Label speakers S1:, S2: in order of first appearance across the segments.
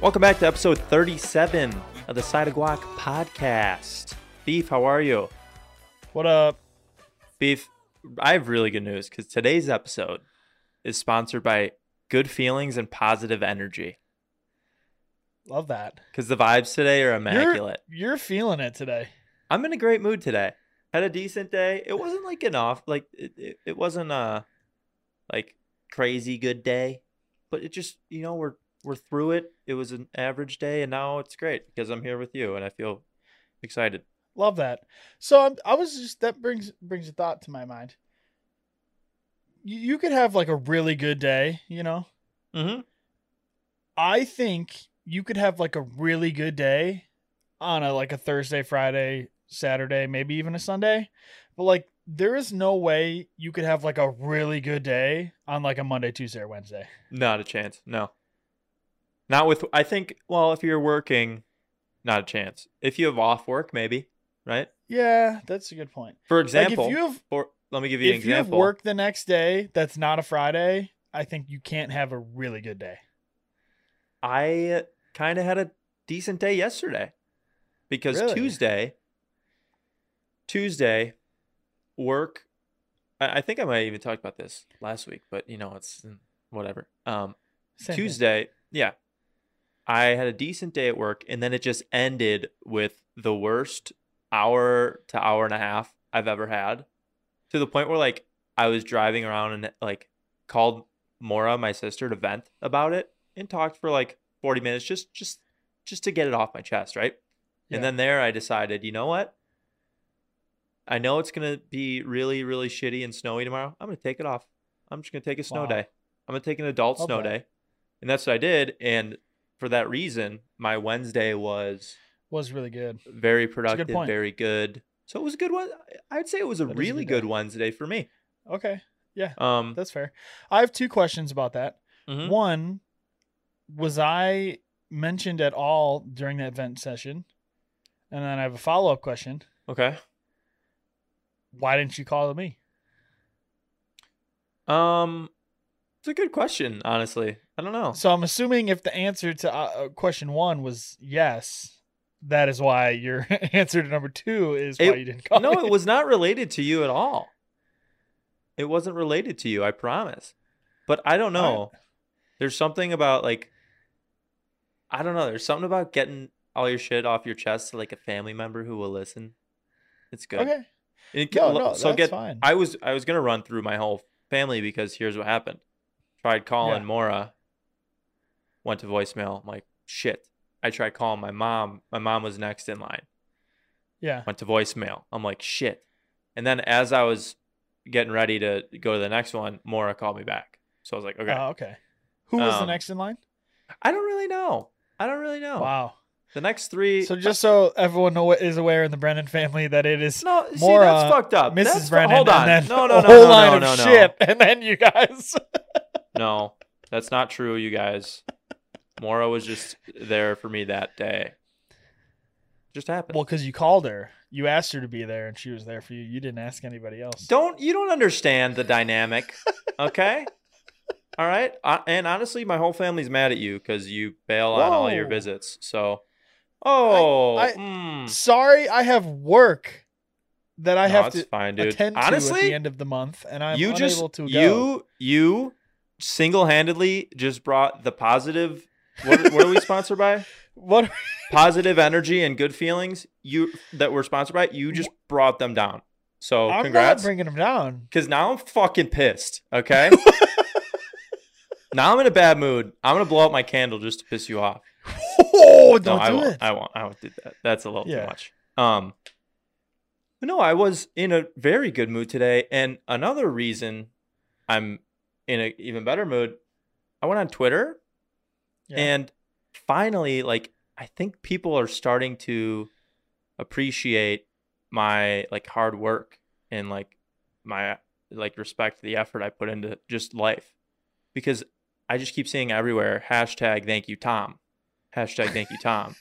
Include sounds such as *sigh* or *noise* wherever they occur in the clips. S1: Welcome back to episode 37 of the Side of Guac podcast. Beef, how are you?
S2: What up?
S1: Beef, I have really good news because today's episode is sponsored by Good Feelings and Positive Energy
S2: Love that.
S1: because the vibes today are
S2: You're-
S1: immaculate.
S2: You're, feeling it today.
S1: I'm in a great mood today. Had a decent day. It wasn't like an off, like it, it, it wasn't a like crazy good day, but it just, you know, we're we're through it. It was an average day and now it's great because I'm here with you and I feel excited.
S2: Love that. So I'm, I was just that brings brings a thought to my mind. You, you could have like a really good day, you know.
S1: Mhm.
S2: I think you could have like a really good day on a like a Thursday, Friday, Saturday, maybe even a Sunday. But like there is no way you could have like a really good day on like a Monday, Tuesday, or Wednesday.
S1: Not a chance. No. Not with I think well, if you're working, not a chance. If you have off work, maybe, right?
S2: Yeah, that's a good point.
S1: For example,
S2: like if you have
S1: or let me give you an
S2: if you have
S1: example.
S2: work the next day that's not a Friday, I think you can't have a really good day.
S1: I kind of had a decent day yesterday because
S2: Really?
S1: Tuesday, Tuesday, work. I, I think I might have even talked about this last week, but you know, it's mm, whatever. Um,
S2: Same thing.
S1: Tuesday, yeah, I had a decent day at work, and then it just ended with the worst hour to hour and a half I've ever had, to the point where like I was driving around and like called Mora, my sister, to vent about it and talked for like forty minutes, just just just to get it off my chest, right?
S2: Yeah.
S1: And then there, I decided, you know what? I know it's gonna be really really shitty and snowy tomorrow. I'm gonna take it off. I'm just gonna take a snow
S2: Wow.
S1: day. I'm gonna take an adult
S2: Love
S1: snow
S2: that.
S1: day. And that's what I did. And for that reason, my Wednesday was
S2: was really good.
S1: very
S2: good
S1: productive,
S2: point.
S1: very good. So it was a good one. I'd say it was a
S2: That is a
S1: really
S2: good day.
S1: good Wednesday for me.
S2: Okay,
S1: Um,
S2: that's fair. I have two questions about that.
S1: mhm.
S2: One, was I mentioned at all during that vent session? And then I have a follow up question.
S1: okay.
S2: Why didn't you call me?
S1: Um, it's a good question, honestly. I don't know.
S2: So I'm assuming if the answer to uh, uh, question one was yes, that is why your *laughs* answer to number two is why
S1: It-
S2: you didn't *laughs* call
S1: no,
S2: me.
S1: it was not related to you at all. It wasn't related to you, I promise. But I don't know.
S2: All
S1: There's something about like I don't know, there's something about getting all your shit off your chest to like a family member who will listen. It's good.
S2: okay.
S1: It
S2: No,
S1: can-
S2: no,
S1: so
S2: that's
S1: get
S2: fine.
S1: I was I was gonna run through my whole family because here's what happened. Tried calling
S2: Yeah.
S1: Mora, went to voicemail. I'm like, shit. I tried calling my mom. My mom was next in line
S2: yeah.
S1: went to voicemail. I'm like, shit. And then as I was getting ready to go to the next one, Mora called me back. So I was like, okay.
S2: Oh, okay. Who was the
S1: Um,
S2: next in line?
S1: I don't really know. I don't really know.
S2: Wow.
S1: The next three.
S2: So just so everyone know, is aware in the Brennan family that it is
S1: no, see,
S2: Mora,
S1: that's fucked up.
S2: Mrs.
S1: That's fu-
S2: Brennan.
S1: hold on.
S2: And then
S1: no, no,
S2: a
S1: no,
S2: whole
S1: no,
S2: line
S1: no,
S2: of
S1: no,
S2: shit, *laughs* and then you guys.
S1: no.
S2: *laughs*
S1: No, that's not true, you guys. Mora was just there for me that day. Just happened.
S2: well, because you called her, you asked her to be there, and she was there for you. You didn't ask anybody else.
S1: don't you don't understand the dynamic
S2: *laughs*
S1: okay all right I, and honestly my whole family's mad at you because you bail on all your
S2: Whoa.
S1: visits so oh
S2: I-
S1: mm.
S2: Sorry, I have work that I
S1: No,
S2: have
S1: it's
S2: to
S1: fine dude
S2: attend to at the
S1: honestly
S2: end of the month, and I'm
S1: you
S2: unable
S1: just
S2: to go.
S1: you you single-handedly just brought the positive what, what are we sponsored
S2: *laughs*
S1: by
S2: what?
S1: positive energy and good feelings you that we're sponsored by you just brought them down so
S2: I'm not
S1: Oh, congrats
S2: bringing them down.
S1: Cause now I'm fucking pissed.
S2: *laughs*
S1: Okay. now I'm in a bad mood. I'm gonna blow out my candle just to piss you off.
S2: Oh,
S1: *laughs* no,
S2: don't
S1: I
S2: do
S1: won't.
S2: it.
S1: I won't. I won't do that. That's a little
S2: Yeah.
S1: too much. Um. but No, I was in a very good mood today, and another reason I'm in an even better mood. I went on Twitter,
S2: Yeah.
S1: and finally, like I think people are starting to appreciate my like hard work and like my like respect the effort I put into just life because I just keep seeing everywhere hashtag thank you Tom, hashtag thank you
S2: *laughs*
S1: Tom, and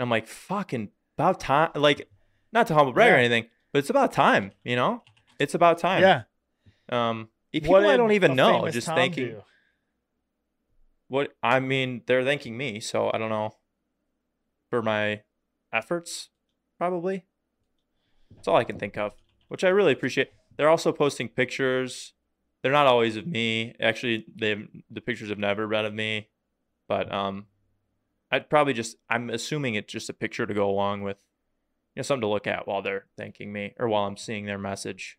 S1: I'm like fucking about time like not to humble brag or
S2: Yeah.
S1: anything but it's about time you know it's about time
S2: yeah.
S1: um
S2: What
S1: people I
S2: did
S1: don't even
S2: a
S1: know
S2: famous
S1: just
S2: Tom
S1: thanking
S2: do?
S1: what I mean, they're thanking me, so I don't know for my efforts, probably. That's all I can think of, which I really appreciate. They're also posting pictures. They're not always of me. Actually, they the pictures have never been of me, but um, I'd probably just I'm assuming it's just a picture to go along with, you know, something to look at while they're thanking me or while I'm seeing their message,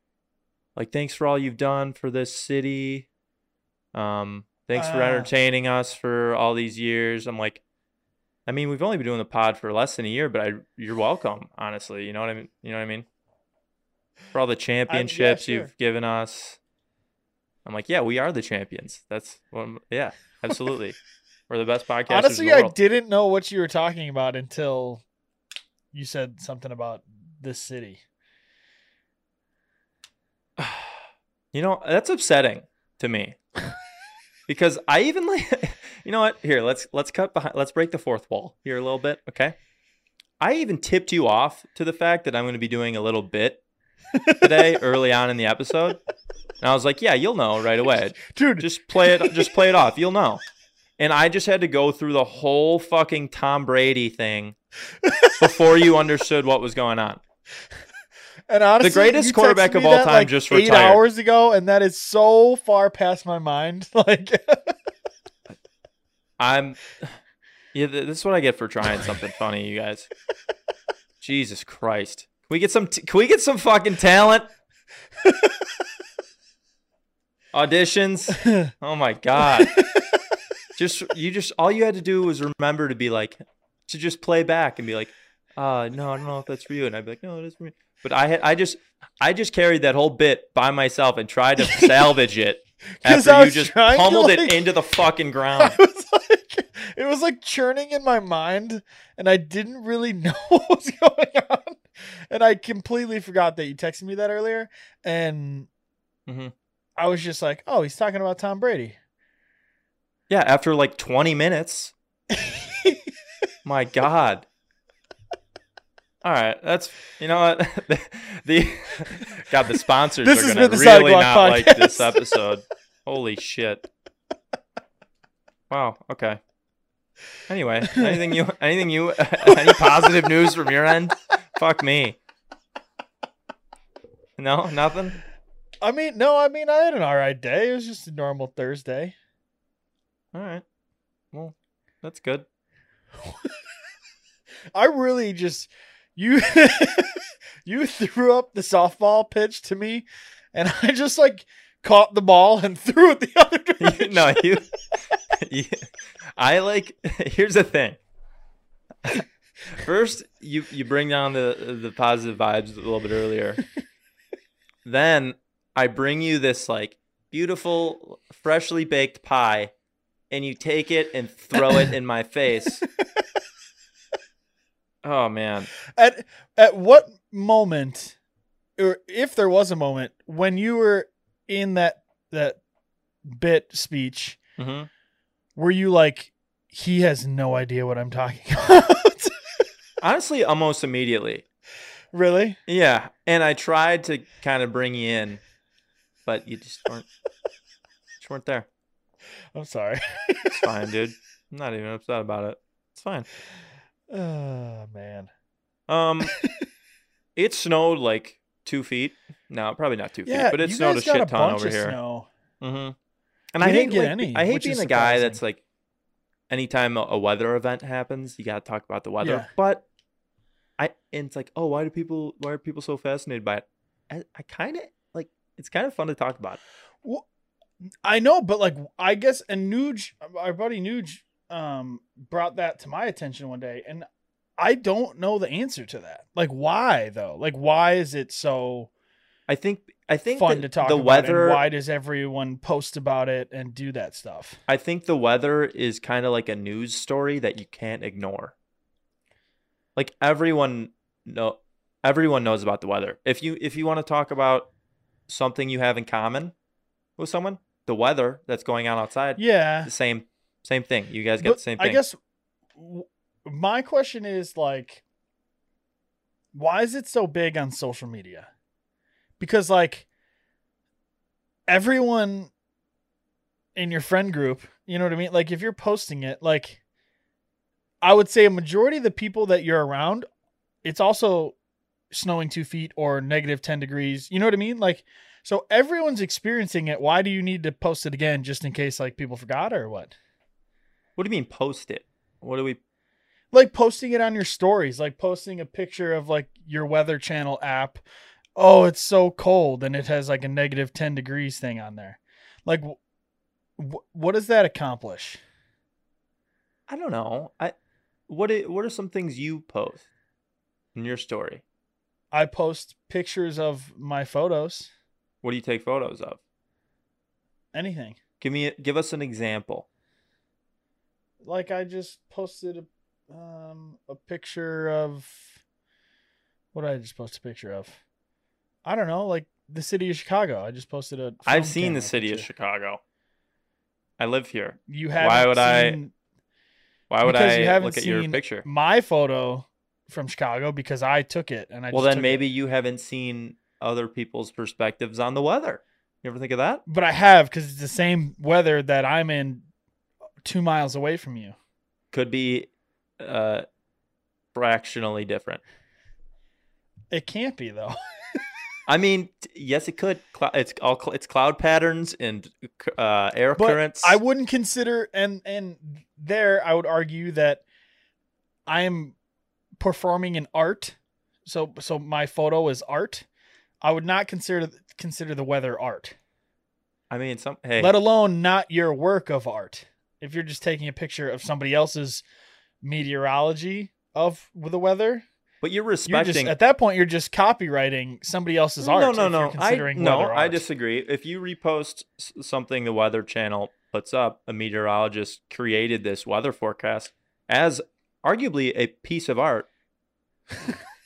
S1: like thanks for all you've done for this city, um, thanks for
S2: Ah.
S1: entertaining us for all these years. I'm like, I mean, we've only been doing the pod for less than a year, but I you're welcome, honestly. You know what I mean? You know what I mean? For all the championships
S2: sure.
S1: you've given us. I'm like, yeah, we are the champions. That's what I'm- yeah, absolutely. We're the best podcast. in
S2: Honestly,
S1: the
S2: I
S1: world.
S2: didn't know what you were talking about until you said something about this city.
S1: *sighs* you know that's upsetting to me because i even like *laughs* you know what here let's let's cut behind let's break the fourth wall here a little bit okay i even tipped you off to the fact that i'm going to be doing a little bit today early on in the episode and i was like yeah you'll know right away
S2: Dude,
S1: just play it just play it off you'll know and i just had to go through the whole fucking tom brady thing before you understood what was going on
S2: and honestly,
S1: greatest
S2: you texted
S1: quarterback of
S2: me
S1: all
S2: that,
S1: time
S2: like,
S1: just
S2: eight
S1: retired.
S2: hours ago, and that is so far past my mind. *laughs* Like,
S1: I'm. Yeah, th- this is what I get for trying something funny, you
S2: *laughs*
S1: guys. Jesus Christ! Can we get some? T- can we get some fucking talent? Auditions. Oh my
S2: *laughs*
S1: god! just you just all you had to do was remember to be like to just play back and be like, uh, no, I don't know if that's for you, and I'd be like, no, it is for me. But I had I just I just carried that whole bit by myself and tried
S2: *laughs*
S1: to salvage it
S2: 'Cause
S1: after
S2: I
S1: you
S2: was
S1: just
S2: trying to,
S1: pummeled
S2: like-
S1: it into the fucking ground.
S2: I was like, it was like churning in my mind, and I didn't really *laughs* know what was going on. And I completely forgot that you texted me that earlier. And
S1: Mhm.
S2: I was just like, oh, he's talking about Tom Brady.
S1: Yeah, after like 20
S2: *laughs*
S1: minutes. My God. All right, that's you know what *laughs* the, God the sponsors
S2: This has
S1: are gonna
S2: been the Side
S1: really
S2: Block
S1: not like this
S2: podcast.
S1: episode. Holy shit! Wow. Okay. Anyway, anything you anything you *laughs* any positive news from your end? Fuck me. No, nothing.
S2: I mean, no, I mean, I had an all right day. It was just a normal Thursday.
S1: All right. Well, that's good.
S2: I really just you *laughs* you threw up the softball pitch to me, and *laughs* I just like caught the ball and *laughs* threw it the other
S1: You- *laughs*
S2: direction.
S1: no, you, you. I like. *laughs* Here's the thing. First, you you bring down the the positive vibes a little bit earlier. then I bring you this like beautiful, freshly baked pie, and you take it and throw it in my face. oh man!
S2: At at what moment, or if there was a moment when you were in that that bit speech,
S1: hmm
S2: were you like, he has no idea what I'm talking *laughs* about?
S1: Honestly, almost immediately.
S2: really?
S1: Yeah, and I tried to kind of bring you in, but you just weren't just weren't there.
S2: I'm sorry. *sighs*
S1: It's fine, dude. I'm not even upset about it. It's fine.
S2: Oh man. *laughs*
S1: Um, it snowed like two feet. No, probably not two
S2: Yeah,
S1: feet, but it
S2: you
S1: snowed a
S2: guys got
S1: shit
S2: a
S1: ton
S2: bunch
S1: over
S2: of
S1: here.
S2: snow.
S1: Mm-hmm. And
S2: We
S1: I hate
S2: didn't get
S1: like,
S2: any,
S1: I hate
S2: which is
S1: being the guy
S2: surprising.
S1: that's like, anytime a, a weather event happens, you gotta talk about the weather.
S2: Yeah.
S1: But I, and it's like, oh, why do people? Why are people so fascinated by it? I, I kind of like. It's kind of fun to talk about.
S2: Well, I know, but like I guess and Nuge, our buddy Nuge, um, brought that to my attention one day, and I don't know the answer to that. Like, why though? Like, why is it so
S1: I think. I think
S2: fun
S1: that
S2: to talk
S1: the
S2: about?
S1: weather.
S2: And why does everyone post about it and do that stuff?
S1: I think the weather is kind of like a news story that you can't ignore. Like everyone know everyone knows about the weather. If you if you want to talk about something you have in common with someone, the weather that's going on outside,
S2: Yeah,
S1: the same same thing. You guys get
S2: But
S1: the same
S2: I
S1: thing.
S2: guess w- my question is like, why is it so big on social media? Because like everyone in your friend group, you know what I mean? Like if you're posting it, like I would say a majority of the people that you're around, it's also snowing two feet or negative 10 degrees. You know what I mean? Like, so everyone's experiencing it. Why do you need to post it again just in case like people forgot or what?
S1: What do you mean post it? What do we?
S2: Like posting it on your stories, like posting a picture of like your weather channel app. Oh, it's so cold and it has like a negative 10 degrees thing on there. Like wh- wh- what does that accomplish?
S1: I don't know. I what i- what are some things you post in your story?
S2: I post pictures of my photos,
S1: What do you take photos of?
S2: anything.
S1: Give me give us an example.
S2: like I just posted a, um, a picture of what did I just post a picture of? I don't know, like the city of Chicago. I just posted a.
S1: I've
S2: film
S1: seen the
S2: camera
S1: city of
S2: picture.
S1: Chicago. I live here.
S2: You
S1: Why
S2: haven't.
S1: would I-
S2: seen
S1: Why would
S2: Because you
S1: I
S2: haven't
S1: look at your
S2: seen
S1: picture?
S2: my photo from Chicago because I took it and I.
S1: Well,
S2: just
S1: then
S2: took
S1: maybe
S2: it.
S1: you haven't seen other people's perspectives on the weather. You ever think of that?
S2: But I have because it's the same weather that I'm in, two miles away from you.
S1: Could be uh, fractionally different.
S2: It can't be though. *laughs*
S1: I mean, t- yes, it could. Clou- It's all cl- it's cloud patterns and uh, air
S2: But
S1: currents.
S2: I wouldn't consider and and there I would argue that I am performing an art. So so my photo is art. I would not consider consider the weather art.
S1: I mean, some hey,
S2: Let alone not your work of art. If you're just taking a picture of somebody else's meteorology of the weather,
S1: but you're
S2: you're just
S1: respecting.
S2: at that point you're just copywriting somebody else's art.
S1: no,
S2: if
S1: no,
S2: you're
S1: no. I
S2: Considering
S1: no,
S2: weather
S1: I
S2: art.
S1: disagree. If you repost s- something the Weather Channel puts up, a meteorologist created this weather forecast as arguably a piece of
S2: *laughs*
S1: art,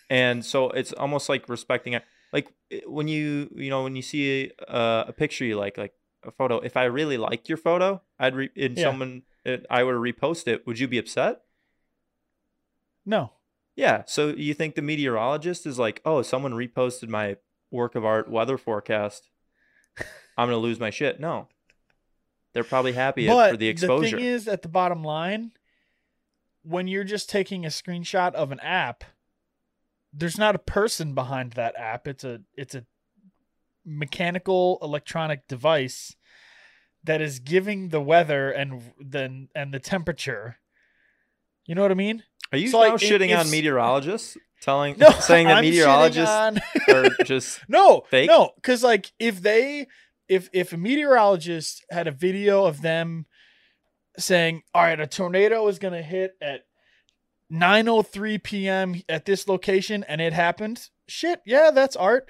S1: and so it's almost like respecting it. Like it- when you you know when you see uh, a, a picture you like like a photo. If I really liked your photo, I'd re- and
S2: Yeah.
S1: someone and I were to repost it. Would you be upset?
S2: no.
S1: Yeah. So you think the meteorologist is like, oh, someone reposted my work of art weather forecast. I'm gonna lose my shit. No. They're probably happy
S2: but
S1: for the exposure.
S2: thing is, at the bottom line, when you're just taking a screenshot of an app, there's not a person behind that app. It's a it's a mechanical electronic device that is giving the weather and then and the temperature. You know what I mean?
S1: Are you
S2: so,
S1: now
S2: like, it-
S1: shitting on
S2: *laughs* it's-
S1: meteorologists? Telling
S2: No,
S1: saying that
S2: *laughs* I'm shitting
S1: meteorologists
S2: on- *laughs*
S1: are just
S2: No,
S1: Fake?
S2: no, because like if they, if if a meteorologist had a video of them saying, "All right, a tornado is gonna hit at 9:03 p.m. at this location," and it happened, shit, yeah, that's art.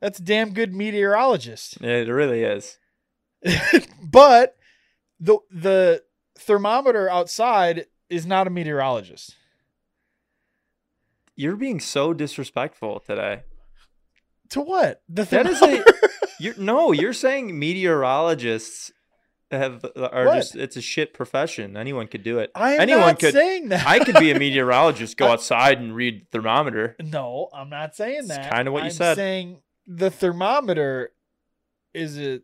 S2: That's a damn good meteorologist.
S1: it really is.
S2: but the the thermometer outside is not a meteorologist.
S1: You're being so disrespectful today.
S2: To what? The
S1: That is a
S2: thermometer-
S1: you're no, you're saying meteorologists have are
S2: What?
S1: just it's a shit profession. Anyone could do it.
S2: *laughs* I am
S1: anyone
S2: not
S1: could-
S2: saying that.
S1: I could be a meteorologist, go outside and read the thermometer.
S2: No, I'm not saying
S1: It's
S2: that.
S1: kinda what you
S2: I'm
S1: said.
S2: Saying the thermometer is a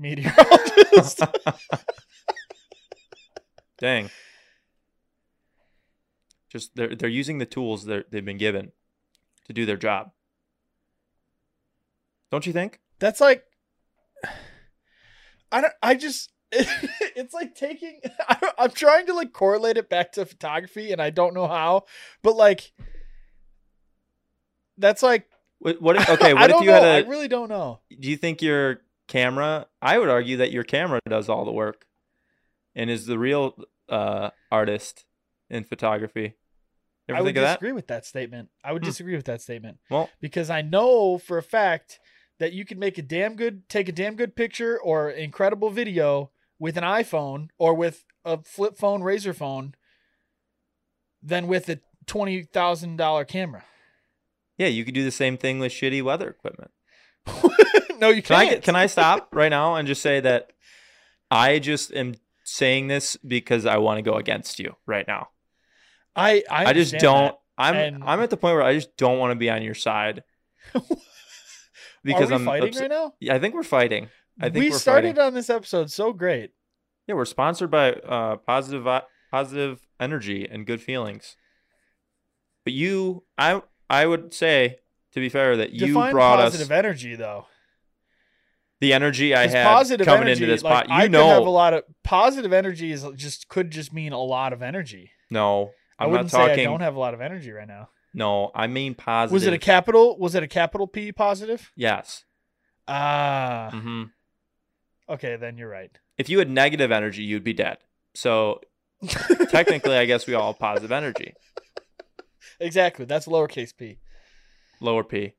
S1: *laughs*
S2: meteorologist.
S1: Dang. Just they're they're using the tools that they've been given to do their job. Don't you think?
S2: That's like I don't. I just *laughs* it's like taking. *laughs* I don't, I'm trying to like correlate it back to photography, and I don't know how. But like, that's like *laughs*
S1: What, what if- okay,
S2: I
S1: what
S2: don't
S1: if you
S2: know. I
S1: had a
S2: really don't know.
S1: do you think your camera I would argue that your camera does all the work and is the real uh artist in photography. You
S2: I
S1: Ever
S2: would
S1: think of that?
S2: disagree with that statement. I would
S1: Hmm.
S2: disagree with that statement.
S1: Well-
S2: because I know for a fact that you can make a damn good take a damn good picture or incredible video with an iPhone or with a flip phone razor phone than with a twenty thousand
S1: *laughs*
S2: dollar camera.
S1: Yeah, you could do the same thing with shitty weather equipment.
S2: no, you
S1: Can
S2: can't.
S1: I can I
S2: *laughs*
S1: stop right now and just say that I just am saying this because I want to go against you right now.
S2: I I,
S1: I, just
S2: understand
S1: don't. I'm
S2: and-
S1: I'm at the point where I just don't want to be on your side
S2: that. *laughs* Are
S1: because
S2: we
S1: I'm
S2: fighting
S1: upset-
S2: right now.
S1: Yeah, I think we're fighting. I think
S2: we
S1: we're
S2: started
S1: fighting.
S2: on this episode so great.
S1: Yeah, we're sponsored by uh, positive vi- positive energy and good feelings. But you, I I would say to be fair that you
S2: Define
S1: brought us
S2: positive energy though.
S1: the energy I
S2: 'Cause
S1: had
S2: positive
S1: coming
S2: energy,
S1: into this pot.
S2: like, I
S1: You
S2: could have a
S1: know,
S2: lot of positive energy is just could just mean a lot of energy.
S1: no,
S2: I
S1: I'm
S2: wouldn't
S1: not
S2: say I
S1: talking.
S2: don't have a lot of energy right now.
S1: no, I mean positive.
S2: Was it a capital? Was it a capital P positive?
S1: yes?
S2: Ah,
S1: hmm
S2: okay, then you're
S1: *laughs*
S2: right.
S1: If you had negative energy, you'd be dead. So technically, I guess we all have positive energy.
S2: exactly. That's lowercase p.
S1: Lower P,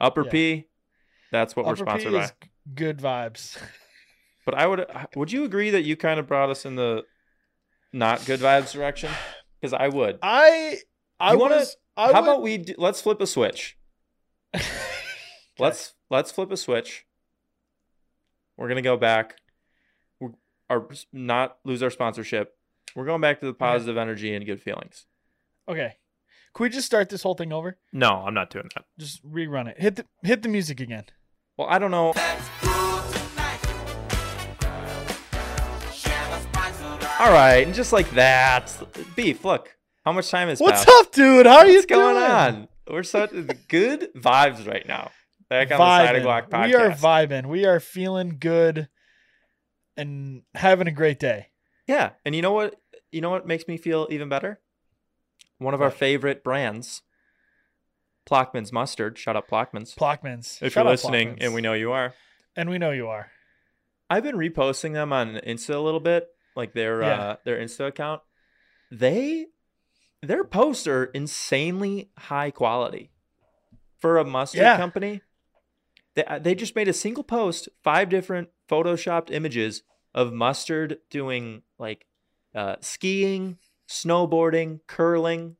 S1: upper
S2: Yeah.
S1: P. That's what we're
S2: Upper
S1: sponsored
S2: P
S1: by.
S2: is good vibes.
S1: But I would would you agree that you kind of brought us in the not good vibes direction? Because I would.
S2: I I
S1: You wanna-
S2: was I
S1: How
S2: would-
S1: about we do, let's flip a switch. Let's let's flip a switch. We're gonna go back. We're our, not lose our sponsorship. We're going back to the positive energy and good feelings.
S2: *laughs* okay. Can we just start this whole thing over?
S1: No, I'm not doing that.
S2: Just rerun it. Hit the hit the music again.
S1: Well, I don't know. All right, and just like that, beef. Look, how much time has
S2: What's
S1: passed?
S2: up, dude? How are you
S1: What's going
S2: doing?
S1: on? We're such good vibes right now. Back on the side of Glock
S2: Vibin'.
S1: podcast.
S2: We are vibing. We are feeling good and having a great day.
S1: yeah, and you know what? You know what makes me feel even better? One of our
S2: What?
S1: favorite brands, Plockman's mustard. Shout out Plockman's.
S2: Plockmans.
S1: if
S2: Shout
S1: you're
S2: out
S1: listening,
S2: Plockmans.
S1: and we know you are,
S2: and we know you are.
S1: I've been reposting them on Insta a little bit, like their
S2: Yeah.
S1: uh, their Insta account. They their posts are insanely high quality for a mustard
S2: Yeah.
S1: company. They uh, they just made a single post, five different photoshopped images of mustard doing like uh, skiing, snowboarding, curling,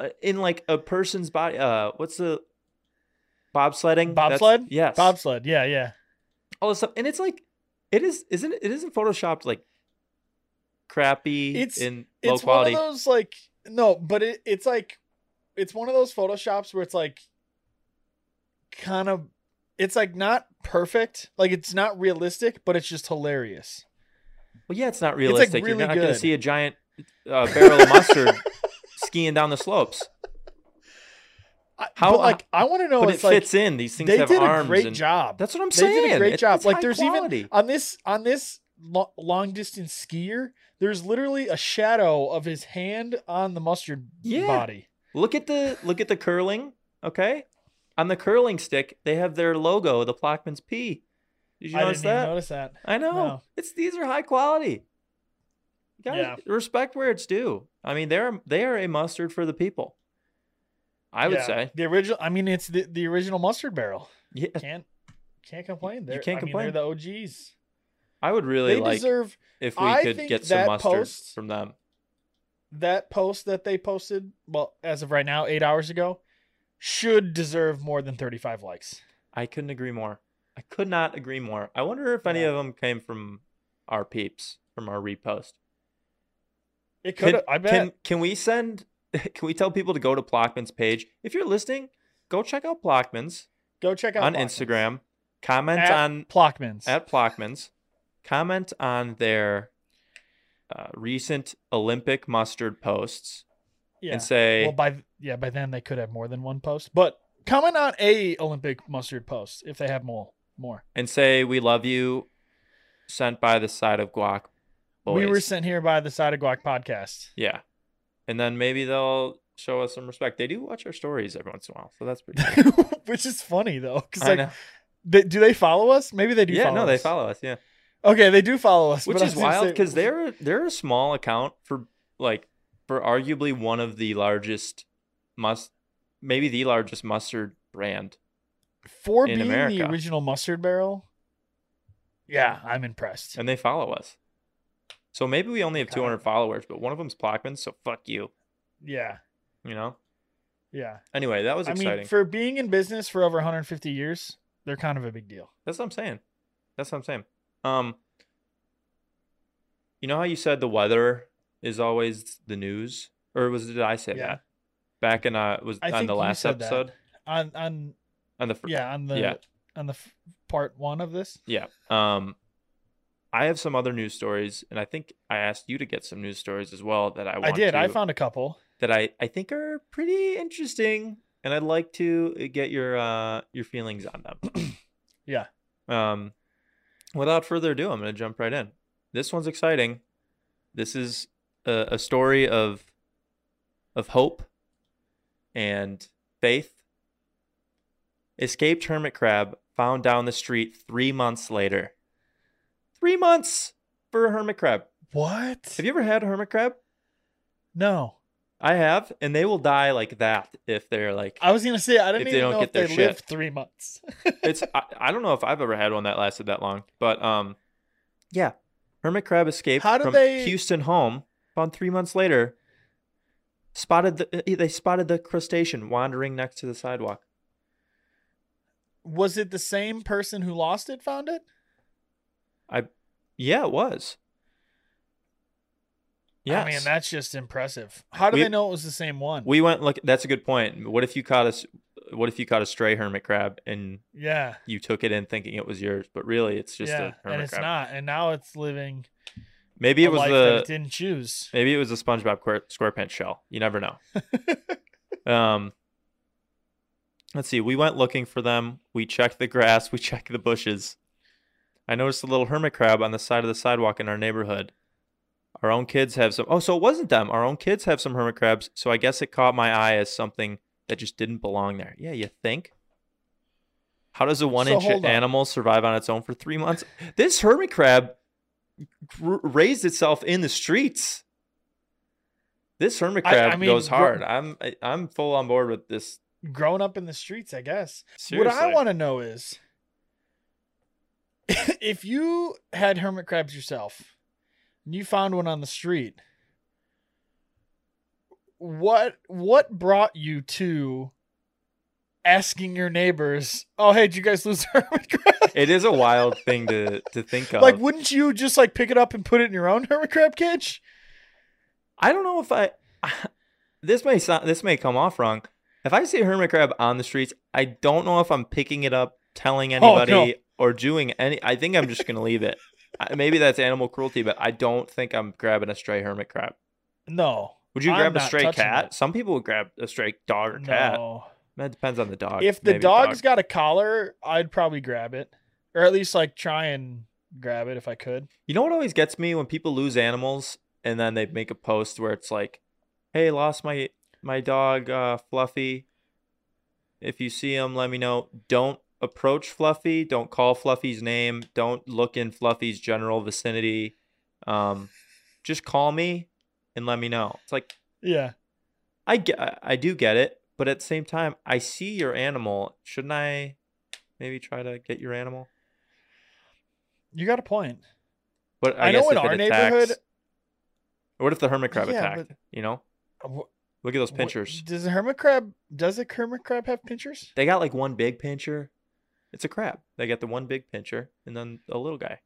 S1: uh, in like a person's body. Uh, what's the bobsledding? That's-
S2: Bobsled?
S1: Yes
S2: Bobsled. Yeah, yeah.
S1: all this stuff, and it's like it is isn't it isn't photoshopped like crappy
S2: It's-
S1: in low
S2: It's
S1: quality.
S2: one of those like no, but it, it's like it's one of those photoshops where it's like kind of it's like not perfect. Like it's not realistic, but it's just hilarious.
S1: well, yeah, it's not
S2: like,
S1: realistic.
S2: really
S1: You're not going to
S2: good.
S1: see a giant uh, barrel of
S2: *laughs*
S1: mustard skiing down the slopes,
S2: I-
S1: How-
S2: but, like I want to know
S1: but it
S2: it's like
S1: fits in. These things
S2: they
S1: have
S2: did a
S1: arms.
S2: great
S1: and,
S2: job.
S1: That's what I'm
S2: They
S1: saying.
S2: did a great
S1: It's-
S2: job.
S1: it's
S2: Like,
S1: high
S2: there's even-
S1: quality.
S2: on this on this lo- long distance skier, there's literally a shadow of his hand on the mustard
S1: Yeah.
S2: body.
S1: Look at the look at the curling. Okay, on the curling stick, they have their logo, the Plockman's P. Did you
S2: I
S1: notice
S2: didn't even
S1: that?
S2: notice that.
S1: I know.
S2: No.
S1: It's these are high quality. You gotta
S2: Yeah.
S1: respect where it's due. I mean, they're they are a mustard for the people. I would
S2: Yeah.
S1: say.
S2: the original. I mean, it's the, the original
S1: *laughs*
S2: mustard barrel.
S1: Yeah.
S2: Can't can't complain. They're,
S1: can't
S2: I mean,
S1: complain.
S2: they're the OGs.
S1: I would really
S2: they
S1: like
S2: deserve
S1: if we
S2: I
S1: could
S2: think
S1: get some
S2: that
S1: mustard
S2: post-
S1: from them.
S2: that post that they posted. Well, as of right now, eight hours ago, should deserve more than thirty five likes.
S1: I couldn't agree more. I could not agree more. I wonder if any
S2: Yeah.
S1: of them came from our peeps, from our repost.
S2: It could.
S1: Can,
S2: have I bet.
S1: can can we send *laughs* can we tell people to go to Plockman's page? If you're listening, go check out Plockman's
S2: Go check out
S1: on
S2: Plockmans.
S1: Instagram. Comment
S2: At
S1: on
S2: Plockmans.
S1: at Plockman's, comment on their uh, recent Olympic mustard posts
S2: yeah.
S1: and say,
S2: Well, by th- yeah, by then they could have more than one post. But comment on a Olympic mustard post if they have more. More.
S1: and say, we love you, sent by the side of guac. Boys.
S2: We were sent here by the Side of Guac podcast. *laughs*
S1: yeah. And then maybe they'll show us some respect. They do watch our stories every once in a while, so that's
S2: *laughs*
S1: pretty. Cool.
S2: Which is funny though, because
S1: I
S2: like,
S1: know.
S2: they, do they follow us? Maybe they do.
S1: yeah,
S2: follow
S1: no, they
S2: us.
S1: follow us. Yeah,
S2: Okay, they do follow us,
S1: which
S2: but I
S1: is
S2: was gonna
S1: wild
S2: say-
S1: because they're they're a small account for like for arguably one of the largest must maybe the largest mustard brand
S2: for
S1: in
S2: being
S1: America.
S2: the original mustard barrel. Yeah, I'm impressed.
S1: and they follow us. So maybe we only have
S2: Okay.
S1: 200 followers, but one of them's Plockman, so fuck you,
S2: Yeah,
S1: you know?
S2: yeah.
S1: Anyway, that was
S2: I
S1: exciting.
S2: mean, for being in business for over 150 years, they're kind of a big deal.
S1: That's what I'm saying. That's what I'm saying. Um You know how you said the weather is always the news or was did I say
S2: Yeah.
S1: that? Back in uh was
S2: I
S1: on
S2: think
S1: the
S2: you
S1: last
S2: said that.
S1: episode
S2: On on
S1: on the fir-
S2: yeah on the
S1: Yeah.
S2: on the f- part one of this.
S1: Yeah. Um, I have some other news stories, and I think I asked you to get some news stories as well that I want
S2: I did. I
S1: to-
S2: found a couple.
S1: that I I think are pretty interesting, and I'd like to get your uh your feelings on them.
S2: Yeah.
S1: Um, without further ado, I'm gonna jump right in. This one's exciting. This is a, a story of of hope and faith. Escaped hermit crab found down the street three months later. Three months for a hermit crab.
S2: What?
S1: Have you ever had a hermit crab?
S2: no.
S1: I have, and they will die like that if they're like.
S2: I was gonna say I
S1: If
S2: didn't
S1: they
S2: even
S1: don't
S2: know
S1: get
S2: if they
S1: their
S2: lived
S1: shit.
S2: three months. *laughs*
S1: it's I, I don't know if I've ever had one that lasted that long, but um, yeah, hermit crab escaped
S2: How did
S1: from
S2: they-
S1: Houston home. Found three months later, spotted the eh, they spotted the crustacean wandering next to the sidewalk.
S2: was it the same person who lost it found it?
S1: Yeah, it was. Yeah,
S2: I mean, that's just impressive. How do
S1: We-
S2: they know it was the same one?
S1: we went look. That's a good point. What if you caught us? What if you caught a stray hermit crab and
S2: yeah.
S1: you took it in thinking it was yours, but really it's just
S2: yeah.
S1: a hermit
S2: and it's
S1: crab?
S2: not. And now it's living
S1: Maybe it
S2: a
S1: was
S2: life
S1: the
S2: that it didn't choose.
S1: *laughs* Maybe it was a SpongeBob Quar- SquarePants shell. You never
S2: *laughs*
S1: know. um, let's see. We went looking for them. We checked the grass. We *laughs* checked the bushes. I noticed a little hermit crab on the side of the sidewalk in our neighborhood. Our own kids have some. Oh, so it wasn't them. Our own kids have some hermit crabs. So I guess it caught my eye as something that just didn't belong there. Yeah, you think? How does a one-inch
S2: hold on.
S1: animal survive on its own for three months? This hermit crab r- raised itself in the streets. This hermit
S2: I-
S1: crab
S2: I mean,
S1: goes
S2: gro-
S1: hard. I'm I, I'm full on board with this.
S2: Growing up in the streets, I guess.
S1: Seriously,
S2: What I want to know is *laughs* if you had hermit crabs yourself and you found one on the street, what what brought you to asking your neighbors, "Oh, hey, did you guys lose *laughs* a hermit crab?"
S1: it is a wild thing to to think of.
S2: *laughs* like, wouldn't you just like pick it up and put it in your own hermit crab cage?
S1: I don't know if I. *laughs* This may sound, this may come off wrong. If I see a hermit crab on the streets, I don't know if I'm picking it up, telling
S2: Oh, no.
S1: anybody, or doing any. I think I'm just gonna leave it. I- Maybe that's animal cruelty, but I don't think I'm grabbing a stray hermit crab.
S2: No.
S1: Would you
S2: I'm
S1: grab a
S2: not
S1: stray
S2: touching
S1: cat?
S2: it.
S1: Some people would grab a stray dog or cat.
S2: No.
S1: That depends on the dog.
S2: If the
S1: Maybe
S2: dog's
S1: dog.
S2: got a collar, I'd probably grab it, or at least like try and grab it if I could.
S1: you know what always gets me when people lose animals and then they make a post where it's like, "Hey, lost my my dog uh, Fluffy. If you see him, let me know. Don't approach Fluffy. Don't call Fluffy's name. Don't look in Fluffy's general vicinity. Um, just call me and let me know." It's like
S2: Yeah.
S1: I get, I do get it, but at the same time, I see your animal. Shouldn't I maybe try to get your animal?
S2: You got a point.
S1: But I,
S2: I know
S1: guess
S2: in
S1: if it
S2: our
S1: attacks-
S2: neighborhood-
S1: what if the hermit crab
S2: Yeah,
S1: attacked?
S2: but-
S1: You know,
S2: Uh, wh-
S1: look at those
S2: wh-
S1: pinchers.
S2: Does a hermit crab does a hermit crab have pinchers?
S1: They got like one big pincher. It's a crab. They got the one big pincher and then a little guy.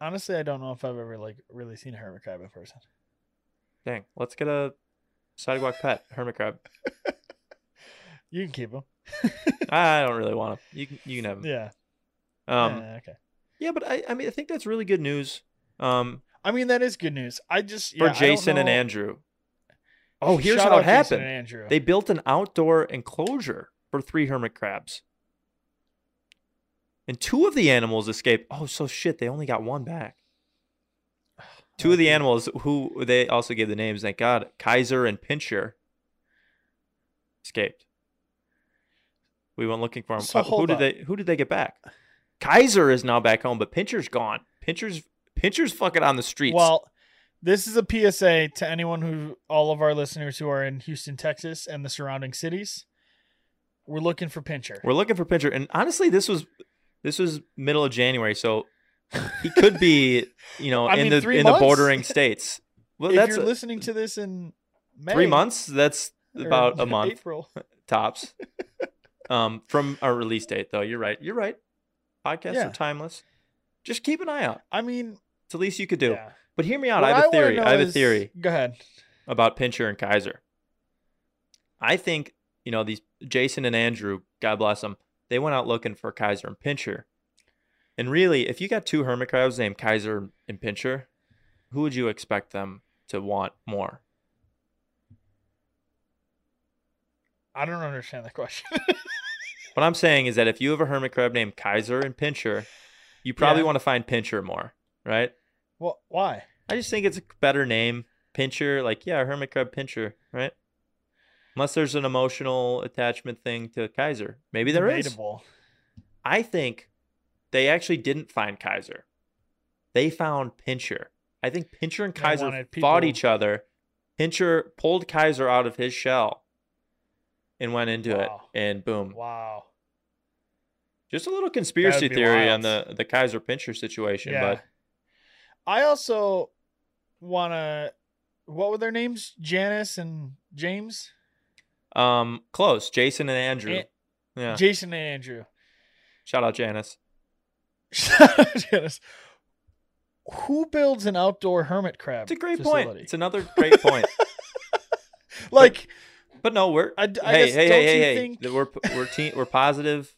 S2: Honestly, I don't know if I've ever like really seen a hermit crab in person.
S1: Dang, let's get a sidewalk pet hermit
S2: *laughs*
S1: crab.
S2: You can *laughs* keep them.
S1: I don't really want him. You can you can have him.
S2: Yeah.
S1: Um,
S2: yeah, okay.
S1: yeah, but I I mean I think that's really good news. Um,
S2: I mean that is good news. I just
S1: for
S2: yeah, I don't
S1: Jason and
S2: know-
S1: Andrew. Oh, here's
S2: Shout
S1: how
S2: out
S1: it
S2: Jason
S1: happened.
S2: and Andrew.
S1: They built an outdoor enclosure for three hermit crabs. And two of the animals escaped. Oh, so shit, they only got one
S2: *sighs*
S1: back. Two of the animals who they also gave the names, thank God, Kaiser and Pincher escaped. We went looking for them.
S2: So
S1: who
S2: hold
S1: did
S2: on.
S1: they who did they get back? Kaiser is now back home, but Pincher's gone. Pincher's Pincher's fucking on the streets.
S2: Well, this is a PSA to anyone who, all of our listeners who are in Houston, Texas, and the surrounding cities. We're looking for Pincher.
S1: We're looking for Pincher, and honestly, this was this was middle of January, so he could
S2: *laughs*
S1: be, you know,
S2: I
S1: in
S2: mean,
S1: the
S2: three
S1: in the
S2: months?
S1: bordering
S2: *laughs*
S1: states. Well,
S2: if
S1: that's
S2: you're
S1: uh,
S2: listening to this in May,
S1: three months. That's
S2: or
S1: about a month
S2: April. *laughs*
S1: tops. Um, from our release date, though, you're right. You're right. Podcasts
S2: Yeah.
S1: are timeless. Just keep an eye out.
S2: I mean,
S1: It's the least you could do.
S2: yeah.
S1: But hear me out.
S2: What
S1: I have a
S2: wanna
S1: theory. I
S2: know
S1: have a
S2: is-
S1: theory.
S2: Go ahead.
S1: about Pincher and Kaiser. I think you know these Jason and Andrew, God bless them, they went out looking for Kaiser and Pincher. And really, if you got two hermit crabs named Kaiser and Pincher, who would you expect them to want more?
S2: I don't understand the question. *laughs*
S1: What I'm saying is that if you have a hermit crab named Kaiser and Pincher, you probably
S2: Yeah.
S1: want to find Pincher more, right?
S2: well, why?
S1: I just think it's a better name. Pincher, like, yeah, hermit crab pincher, right? Unless there's an emotional attachment thing to Kaiser. Maybe there is.
S2: Debatable.
S1: I think they actually didn't find Kaiser. They found Pincher. I think Pincher and
S2: They
S1: Kaiser
S2: wanted
S1: fought
S2: people-
S1: each other. Pincher pulled Kaiser out of his shell and went into it,
S2: Wow.
S1: and boom.
S2: Wow.
S1: Just a little conspiracy
S2: be
S1: theory on
S2: wild.
S1: the the Kaiser Pincher situation, but
S2: I also want to. What were their names? Janice and James?
S1: Um, close. Jason and Andrew.
S2: An-
S1: yeah.
S2: Jason and Andrew. *laughs*
S1: Shout out Janice.
S2: Janice. Who builds an outdoor hermit crab?
S1: It's a great point.
S2: facility?
S1: It's another great
S2: *laughs*
S1: point.
S2: like,
S1: But no, we're
S2: I, d- I
S1: hey,
S2: guess,
S1: hey,
S2: don't
S1: hey, hey,
S2: you
S1: hey.
S2: think.
S1: Th- We're p- we're te- we're positive,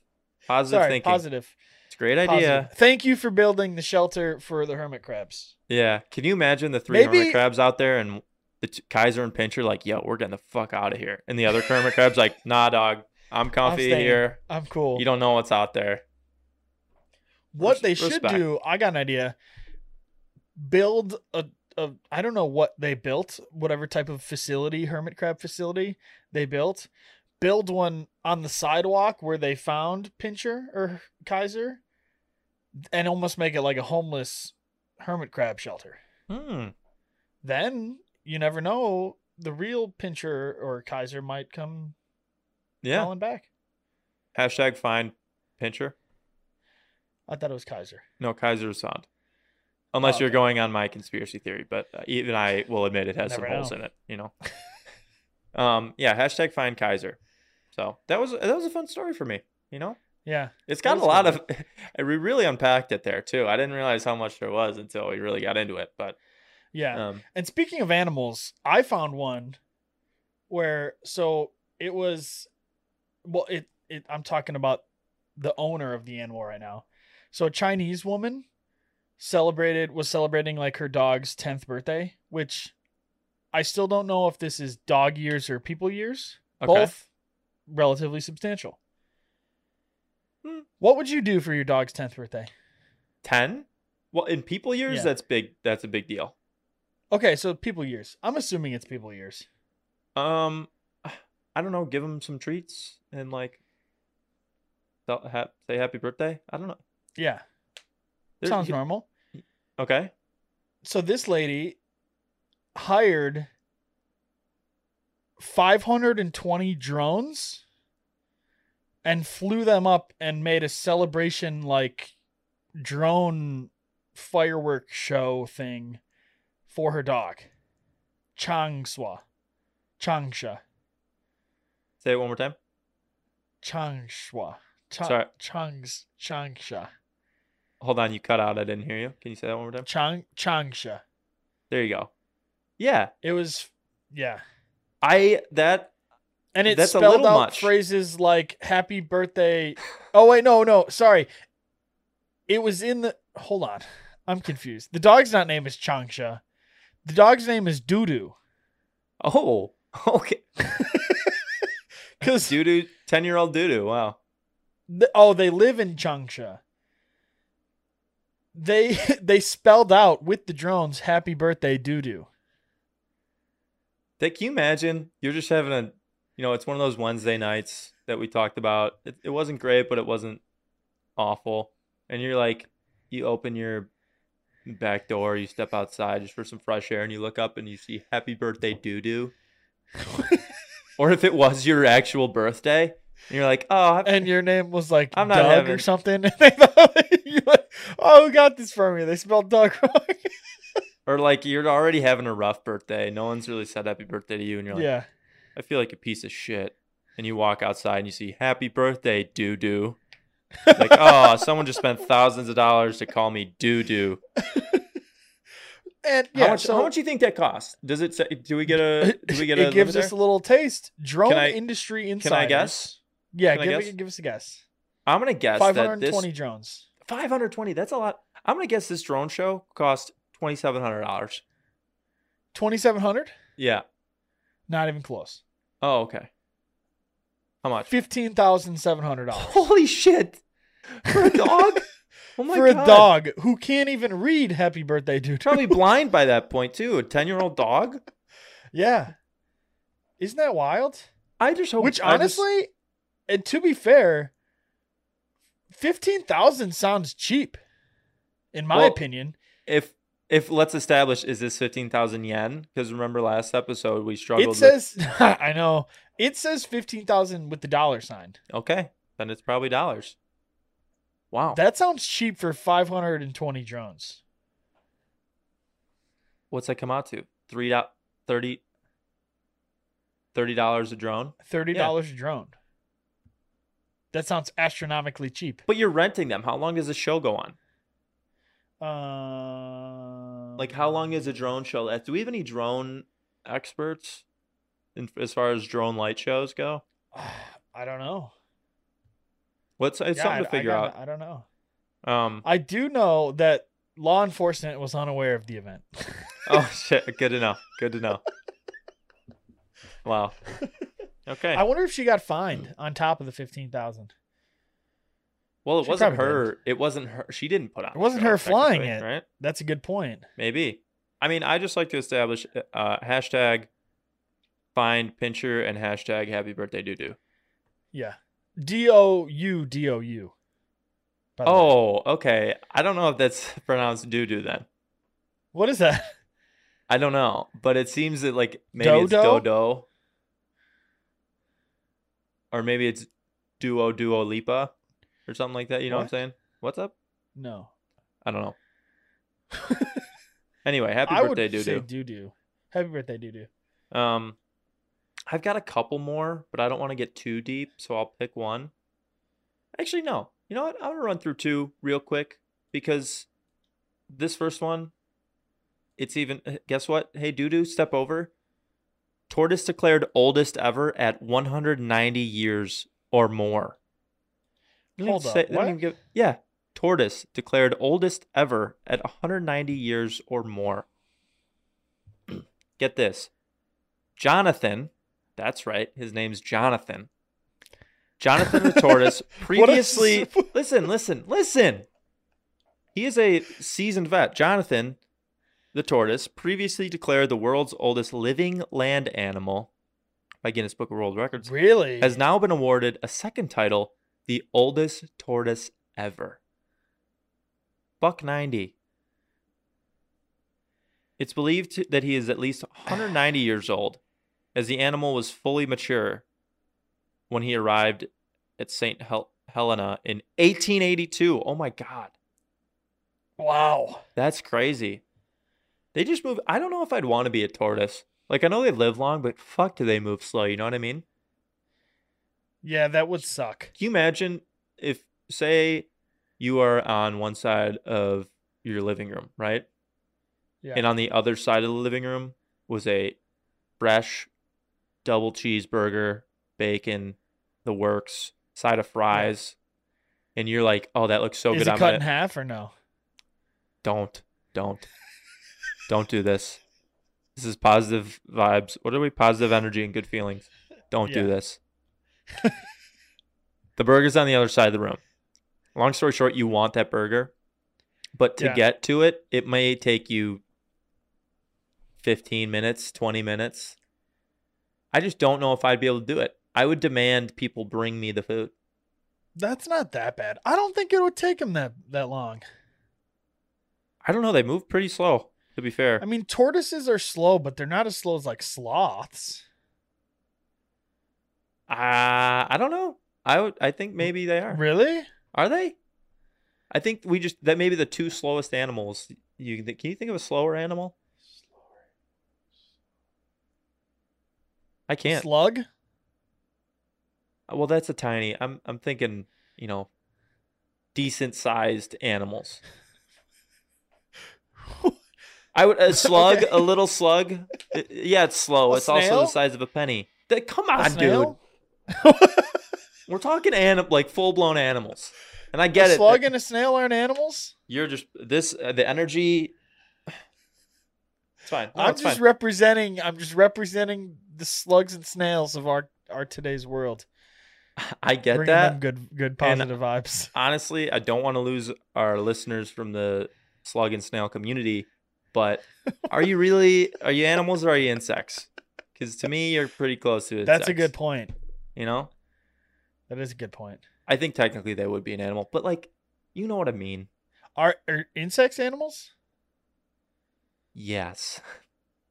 S1: positive
S2: Sorry,
S1: thinking.
S2: positive.
S1: It's a great idea.
S2: positive. Thank you for building the shelter for the hermit crabs.
S1: Yeah. Can you imagine the three
S2: Maybe-
S1: hermit crabs out there and the t- Kaiser and Pincher like, yo, we're getting the fuck out of here, and the other hermit crabs
S2: *laughs*
S1: like, nah, dog, I'm comfy
S2: staying.
S1: here.
S2: I'm cool.
S1: You don't know what's out there.
S2: what
S1: Res-
S2: they should
S1: respect.
S2: do i got an idea build a, a i don't know what they built whatever type of facility hermit crab facility they built build one on the sidewalk where they found pincher or kaiser and almost make it like a homeless hermit crab shelter
S1: Hmm.
S2: then you never know the real pincher or kaiser might come
S1: Yeah.
S2: calling back
S1: Hashtag find Pincher.
S2: i thought it was kaiser
S1: No, Kaiser Sound. Unless
S2: Oh,
S1: you're
S2: okay.
S1: going on my conspiracy theory, but uh, even I will admit it has some
S2: Never
S1: holes
S2: know.
S1: in it. You know. *laughs* um. Yeah. Hashtag find Kaiser. So that was that was a fun story for me. You know,
S2: yeah
S1: it's
S2: That
S1: got a
S2: was
S1: lot of.
S2: good.
S1: *laughs* we really unpacked it there too. I didn't realize how much there was until we really got into it. But
S2: yeah
S1: um,
S2: And speaking of animals, I found one where so it was well it, it I'm talking about the owner of the animal right now. So a Chinese woman celebrated was celebrating like her dog's 10th birthday, which I still don't know if this is dog years or people years.
S1: okay.
S2: Both relatively substantial.
S1: Hmm.
S2: What would you do for your dog's 10th birthday?
S1: ten. Well, in people years,
S2: Yeah.
S1: that's big. That's a big deal.
S2: Okay, so people years. I'm assuming it's people years.
S1: Um, *sighs* I don't know. Give them some treats and like, tell- ha- say happy birthday. I don't know.
S2: Yeah.
S1: There-
S2: sounds
S1: you-
S2: normal.
S1: Okay.
S2: so this lady hired 520 drones and flew them up and made a celebration like drone firework show thing for her dog changsha changsha
S1: Say it one more time.
S2: changsha Cha-
S1: Sorry.
S2: changs changsha
S1: Hold on, you cut out. I didn't hear you. Can you say that one more time?
S2: chang changsha
S1: There you go. Yeah,
S2: it was yeah
S1: I that
S2: And it
S1: That's a
S2: spelled
S1: little
S2: out
S1: much.
S2: phrases like happy birthday. Oh wait, no, no, sorry. It was in the hold on. I'm confused. The dog's not name is Changsha. The dog's name
S1: *laughs*
S2: is Doodoo.
S1: oh *laughs* okay.
S2: Because
S1: Doodoo, ten year old doodoo. Wow.
S2: oh, they live in Changsha. They *laughs* they spelled out with the drones happy birthday Doodoo.
S1: That can you imagine? You're just having a, you know, it's one of those Wednesday nights that we talked about. It, it wasn't great, but it wasn't awful. And you're like, you open your back door, you step outside just for some fresh air, and you look up and you see "Happy Birthday, Doodoo." or if it was your actual birthday, and you're like, oh, I-
S2: And your name was like
S1: I'm not
S2: Doug
S1: having-
S2: or something. *laughs* And they thought *laughs* you were- oh, who got this for me? They spelled Doug wrong.
S1: Or like you're already having a rough birthday. No one's really said happy birthday to you, and you're like,
S2: yeah.
S1: I feel like a piece of shit. And you walk outside and you see happy birthday, doo doo. *laughs* Like, oh, someone just spent thousands of dollars to call me doo doo.
S2: And yeah,
S1: how much?
S2: so
S1: how much do you think that costs? Does it? Say, do we get
S2: *laughs*
S1: a? Do we get a?
S2: it gives
S1: limit
S2: us a
S1: there?
S2: little taste. Drone
S1: I-
S2: industry
S1: Can
S2: insiders.
S1: I guess?
S2: Yeah,
S1: Can I
S2: give,
S1: guess?
S2: give us a guess.
S1: I'm gonna guess that this
S2: 520 drones.
S1: 520. That's a lot. I'm gonna guess this drone show cost twenty seven hundred dollars.
S2: 2,700?
S1: Yeah.
S2: Not even close.
S1: Oh, okay. How much?
S2: $15,700.
S1: Holy shit! *laughs* For a
S2: *laughs*
S1: dog? Oh my
S2: For a
S1: God.
S2: dog who can't even read Happy Birthday, dude.
S1: Probably blind by that point too. A ten year old dog.
S2: *laughs* Yeah. Isn't that wild?
S1: I just hope.
S2: Which
S1: I just-
S2: honestly, and to be fair, 15,000 sounds cheap in my
S1: Well-
S2: opinion.
S1: if if let's establish is this fifteen thousand yen? Because remember last episode we struggled.
S2: It says *laughs* I know. It says 15,000 with the dollar sign.
S1: with, okay, then it's probably dollars. Wow.
S2: That sounds cheap for 520 drones.
S1: What's that come out to? Three dot thirty. Thirty dollars a drone,
S2: $30 a drone. That sounds astronomically cheap.
S1: but you're renting them. How long does the show go on?
S2: Um,
S1: Like, how long is a drone show? last? Do we have any drone experts, in, as far as drone light shows go?
S2: *sighs* I don't know.
S1: What's it's
S2: Yeah, I-
S1: something
S2: I
S1: to figure
S2: got-
S1: out.
S2: I don't know.
S1: Um,
S2: I do know that law enforcement was unaware of
S1: *laughs*
S2: the event.
S1: oh shit, good to know. Good to
S2: *laughs*
S1: know. Wow. Okay.
S2: I wonder if she got fined on top of the 15,000.
S1: Well, it
S2: She
S1: wasn't
S2: probably
S1: her. It wasn't her. She didn't put on.
S2: It
S1: the
S2: wasn't
S1: show,
S2: her flying
S1: technically,
S2: it.
S1: right?
S2: That's a good point.
S1: Maybe. I mean, I just like to establish uh, hashtag find pincher and hashtag happy birthday doo doo.
S2: Yeah. D O U D O U. by the way.
S1: Oh, okay. I don't know if that's *laughs* pronounced doo doo then.
S2: What is that? *laughs*
S1: I don't know, but it seems that like maybe it's
S2: Dodo?
S1: dodo, or maybe it's duo duo lipa, or something like that. You know what,
S2: What?
S1: I'm saying? What's up?
S2: No.
S1: I
S2: *laughs*
S1: don't know. anyway, happy
S2: I
S1: birthday,
S2: would
S1: doo
S2: say
S1: doo.
S2: doo doo. Happy birthday, doo doo.
S1: Um, I've got a couple more, but I don't want to get too deep, so I'll pick one. Actually, no. You know what? I'm gonna run through two real quick because this first one, it's even. eh, Guess what? Hey, doo doo, step over. Tortoise declared oldest ever at 190 years or more. They didn't
S2: Hold up,
S1: say- they didn't
S2: what?
S1: even give- yeah, tortoise declared oldest ever at 190 years or more. Get this, Jonathan. That's right. His name's Jonathan. Jonathan
S2: *laughs*
S1: the tortoise
S2: What a
S1: previously
S2: s-
S1: listen, listen, listen. He is a seasoned vet. Jonathan, the tortoise, previously declared the world's oldest living land animal by Guinness Book of World Records,
S2: Really?
S1: has now been awarded a second title, the oldest tortoise ever. Buck 90. It's believed to- that he is at least 190 years old, as the animal was fully mature when he arrived at St. Hel- Helena in 1882. Oh my God.
S2: wow.
S1: That's crazy. They just move. I don't know if I'd want to be a tortoise. Like, I know they live long, but fuck, do they move slow? You know what I mean?
S2: Yeah, that would suck.
S1: Can you imagine if, say, you are on one side of your living room, right?
S2: Yeah.
S1: And on the other side of the living room was a fresh double cheeseburger, bacon, the works, side of fries. And you're like, oh, that looks so
S2: is
S1: good.
S2: it
S1: I'm
S2: cut
S1: gonna-
S2: in half or no?
S1: don't, don't, don't do this. This is positive vibes. What are we? Positive energy and good feelings. Don't
S2: Yeah.
S1: do this. the burger's on the other side of the room. Long story short, you want that burger, but to
S2: Yeah.
S1: get to it, it may take you 15 minutes, 20 minutes. I just don't know if I'd be able to do it. I would demand people bring me the food.
S2: That's not that bad. I don't think it would take him that that long.
S1: I don't know. They move pretty slow, to be fair.
S2: I mean, tortoises are slow, but they're not as slow as like sloths.
S1: Uh, I don't know. I would. I think maybe they are.
S2: Really?
S1: Are they? I think we just that maybe the two slowest animals. You can think, can you think of a slower animal? I can't.
S2: Slug?
S1: well, that's a tiny. I'm I'm thinking you know, decent sized
S2: *laughs*
S1: animals. I would a slug,
S2: Okay.
S1: a little slug. Uh, Yeah, it's slow.
S2: A
S1: it's also the
S2: snail?
S1: Ah, size of a penny. That, come
S2: A
S1: on, dude.
S2: snail?
S1: We're talking anim- like full blown animals, and I get
S2: a
S1: it.
S2: slug
S1: that
S2: and a snail aren't animals.
S1: You're just this uh, the energy. It's fine. No,
S2: I'm
S1: it's
S2: just
S1: fine.
S2: representing. I'm just representing the slugs and snails of our our today's world.
S1: I get
S2: Bringing
S1: that.
S2: them good good positive vibes.
S1: honestly, I don't want to lose our listeners from the slug and snail community,
S2: *laughs*
S1: but are you really are you animals or are you insects? Because to me, you're pretty close to it.
S2: That's a good point.
S1: You know,
S2: That is a good point.
S1: I think technically they would be an animal, but like, you know what I mean?
S2: Are, are insects animals?
S1: Yes,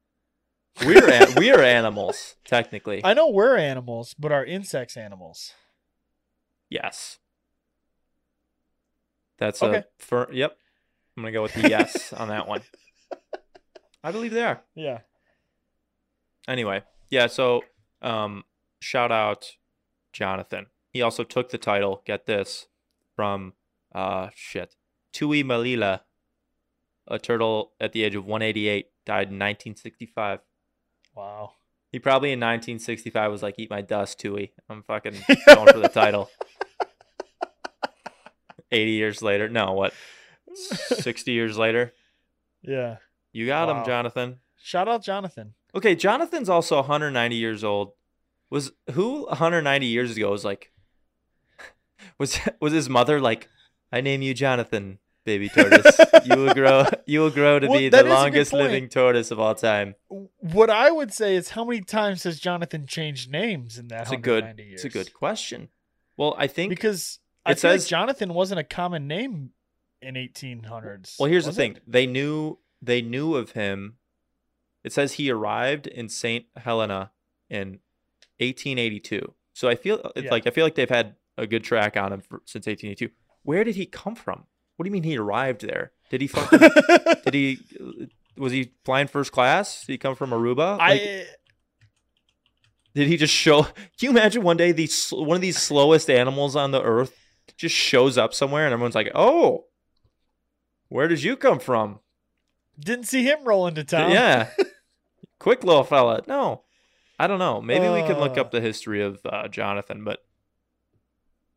S1: *laughs* we're an- we're animals technically.
S2: I know we're animals, but are insects animals?
S1: yes, that's
S2: Okay.
S1: a fir- yep. I'm gonna go with the yes on that one. I believe they are.
S2: Yeah.
S1: anyway, yeah. So, um, shout out Jonathan. He also took the title. Get this from uh shit, Tui Malila, a turtle at the age of 188, died in 1965.
S2: Wow.
S1: He probably in 1965 was like, "Eat my dust, Tui." I'm
S2: *laughs*
S1: fucking going for the title. 80 years later, no, what? 60 years later,
S2: yeah.
S1: you got
S2: Wow.
S1: him, Jonathan.
S2: Shout out Jonathan.
S1: Okay, Jonathan's also 190 years old. Was who 190 years ago was like *laughs* was was his mother like I name you Jonathan, baby tortoise. you will grow *laughs* you will grow to
S2: Well,
S1: be
S2: that is a
S1: the
S2: good
S1: longest
S2: point.
S1: living tortoise of all time.
S2: W- What I would say is how many times has Jonathan changed names in that
S1: It's a good
S2: 190 years?
S1: it's a good question. Well, I think
S2: Because I
S1: It
S2: feel like
S1: says-
S2: Jonathan wasn't a common name in 1800s.
S1: Well, here's
S2: was
S1: the
S2: it?
S1: thing. They knew they knew of him. It says he arrived in St. Helena in 1882. So I feel it's
S2: Yeah.
S1: like I feel like they've had a good track on him for, since 1882. Where did he come from? What do you mean he arrived there? Did he
S2: *laughs*
S1: fucking, did he was he flying first class? Did he come from Aruba? Like,
S2: I
S1: did he just show? Can you imagine one day these sl- one of these slowest animals on the earth just shows up somewhere and everyone's like, "Oh, where did you come from?"
S2: didn't see him roll into town. *laughs*
S1: Yeah. Quick little fella. No. I don't know. Maybe we could look
S2: Uh.
S1: up the history of uh, Jonathan, but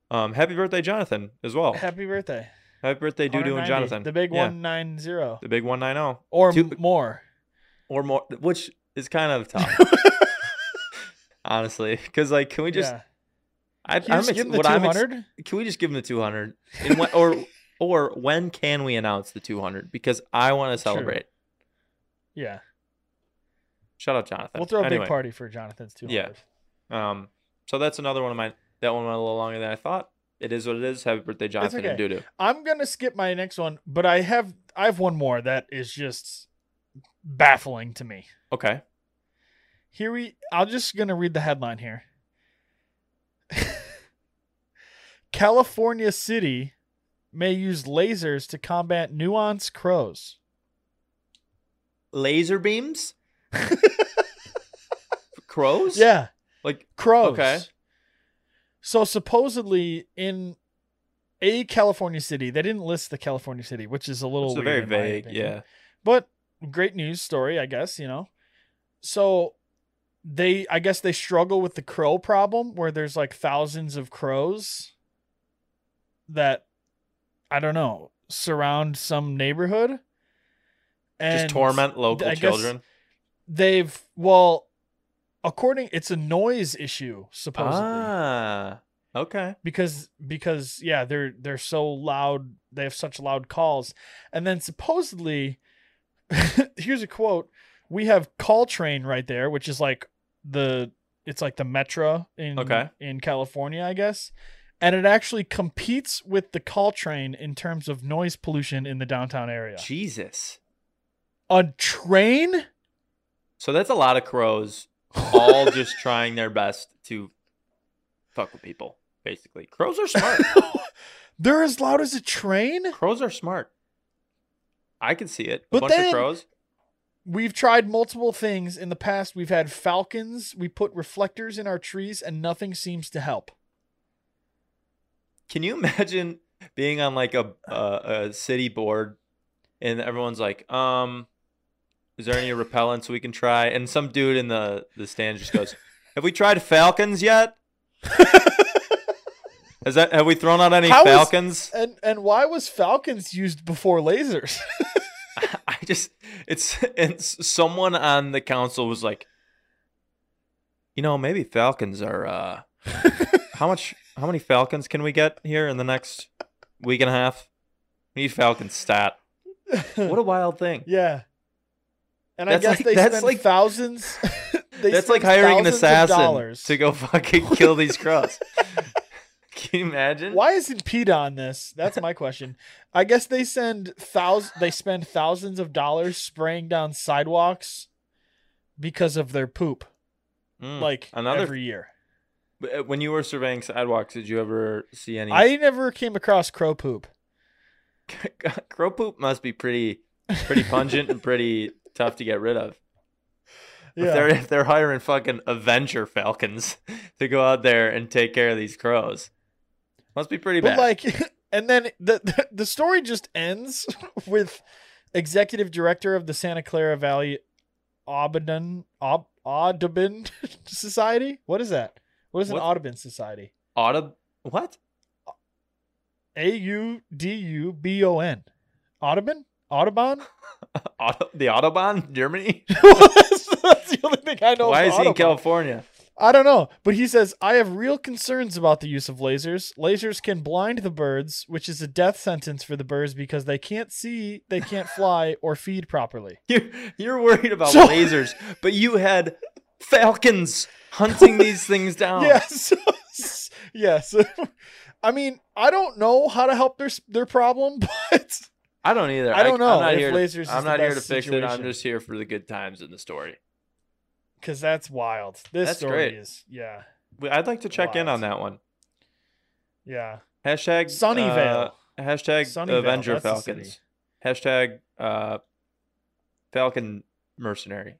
S1: um happy birthday Jonathan as well. Happy,
S2: Happy birthday.
S1: birthday doo doo and
S2: 190,
S1: Jonathan.
S2: The big
S1: Yeah.
S2: 190
S1: The big 190
S2: or
S1: Two-
S2: m- more.
S1: or more which is kind of tough.
S2: *laughs*
S1: Honestly, cuz like can we just
S2: yeah.
S1: I
S2: Can you
S1: I'm
S2: just
S1: ex-
S2: give him the
S1: what I'm ex-
S2: 200?
S1: can we just give him the 200 and when, or *laughs* or when can we announce the 200 because I want to
S2: True.
S1: celebrate.
S2: yeah.
S1: Shout out Jonathan.
S2: We'll throw a
S1: Anyway.
S2: big party for Jonathan's 200.
S1: Yeah. Um, so that's another one of mine. That one went a little longer than I thought. It is what it is. Happy birthday, Jonathan and
S2: okay.
S1: Dudu.
S2: I'm gonna skip my next one, but I have I have one more that is just baffling to me.
S1: Okay.
S2: Here we I'm just gonna read the headline here. *laughs* California City may use lasers to combat nuance crows.
S1: Laser beams. *laughs* Crows.
S2: Yeah.
S1: Like
S2: Crows.
S1: Okay.
S2: So supposedly in a California city, they didn't list the California city, which is a little
S1: it's a
S2: weird
S1: very
S2: in my
S1: vague.
S2: opinion.
S1: Yeah.
S2: but great news story, I guess, you know. So they I guess they struggle with the crow problem where there's like thousands of crows that I don't know, surround some neighborhood. And
S1: Just torment local
S2: I guess-
S1: children.
S2: They've well according it's a noise issue supposedly
S1: Ah. Okay.
S2: because because yeah they're they're so loud they have such loud calls and then supposedly *laughs* here's a quote we have call train right there which is like the it's like the metro in
S1: Okay.
S2: in california i guess and it actually competes with the call train in terms of noise pollution in the downtown area
S1: Jesus.
S2: a train
S1: So that's a lot of crows, all just trying their best to fuck with people. Basically, crows are smart.
S2: *laughs* *laughs* they're as loud as a train
S1: crows are smart. I can see it. A
S2: But
S1: bunch
S2: then-
S1: of crows.
S2: We've tried multiple things in the past. We've had falcons, we put reflectors in our trees, and nothing seems to help.
S1: Can you *laughs* imagine being on like a a, a city board and everyone's like, um, is there any repellents we can try? And some
S2: *laughs*
S1: dude in the the stand just goes, "Have we tried falcons yet?" Is that have we thrown out any
S2: How is-
S1: falcons?
S2: And and why was falcons used before lasers?
S1: *laughs* I just it's and s- someone on the council was like, you know, maybe falcons are. uh
S2: *laughs*
S1: How much? How many falcons can we get here in the next week and a half? We need falcon stat. What a wild thing.
S2: *laughs* yeah. And
S1: That's
S2: I guess
S1: like-
S2: they
S1: that's
S2: spend
S1: like- *laughs*
S2: thousands. they
S1: That's like
S2: spend
S1: hiring an
S2: thousands of
S1: assassin
S2: dollars.
S1: to go fucking kill these
S2: *laughs*
S1: crows. Can you imagine?
S2: Why isn't PETA on this? That's my question. I guess they send thousands. They spend thousands of dollars spraying down sidewalks because of their poop,
S1: Mm.
S2: like
S1: another-
S2: every year.
S1: Uh, When you were surveying sidewalks, did you ever see any?
S2: I never came across crow poop.
S1: *laughs* Crow poop must be pretty, pretty pungent and pretty tough to get rid of. If they're
S2: yeah.
S1: if they're hiring fucking Avenger Falcons *laughs* to go out there and take care of these crows, must be pretty
S2: But
S1: bad.
S2: like, *laughs* and then the, the the story just ends *laughs* with executive director of the Santa Clara Valley Audubon Aub, Audubon *laughs* Society. What is that? What is an
S1: What?
S2: Audubon Society?
S1: Audub- what?
S2: A U D U B O N. Audubon?
S1: *laughs*
S2: Audubon?
S1: Auto- the Autobahn,
S2: *laughs*
S1: Germany?
S2: that's, *laughs* that's the only thing I know.
S1: Why is he in
S2: Audubon.
S1: California?
S2: I don't know, but he says I have real concerns about the use of lasers. Lasers can blind the birds, which is a death sentence for the birds because they can't see, they can't fly, or feed properly.
S1: You're, you're worried about
S2: So- *laughs*
S1: lasers, but you had Falcons hunting these
S2: *laughs*
S1: things down.
S2: Yes, yes. *laughs* I mean, I don't know how to help their s- their problem, *laughs* but
S1: I don't either.
S2: I don't know
S1: I'm not
S2: if
S1: here
S2: lasers
S1: to,
S2: is
S1: I'm
S2: the
S1: not here to
S2: best
S1: fix it. I'm
S2: situation.
S1: just here for the good times in the story.
S2: because that's wild. This
S1: That's
S2: story
S1: great.
S2: is yeah,
S1: We- I'd like to check in
S2: Wild.
S1: on that one.
S2: yeah.
S1: Hashtag
S2: Sunnyvale.
S1: uh, hashtag
S2: Sunnyvale,
S1: Avenger
S2: that's the
S1: Falcons.
S2: city.
S1: Hashtag uh, Falcon Mercenary.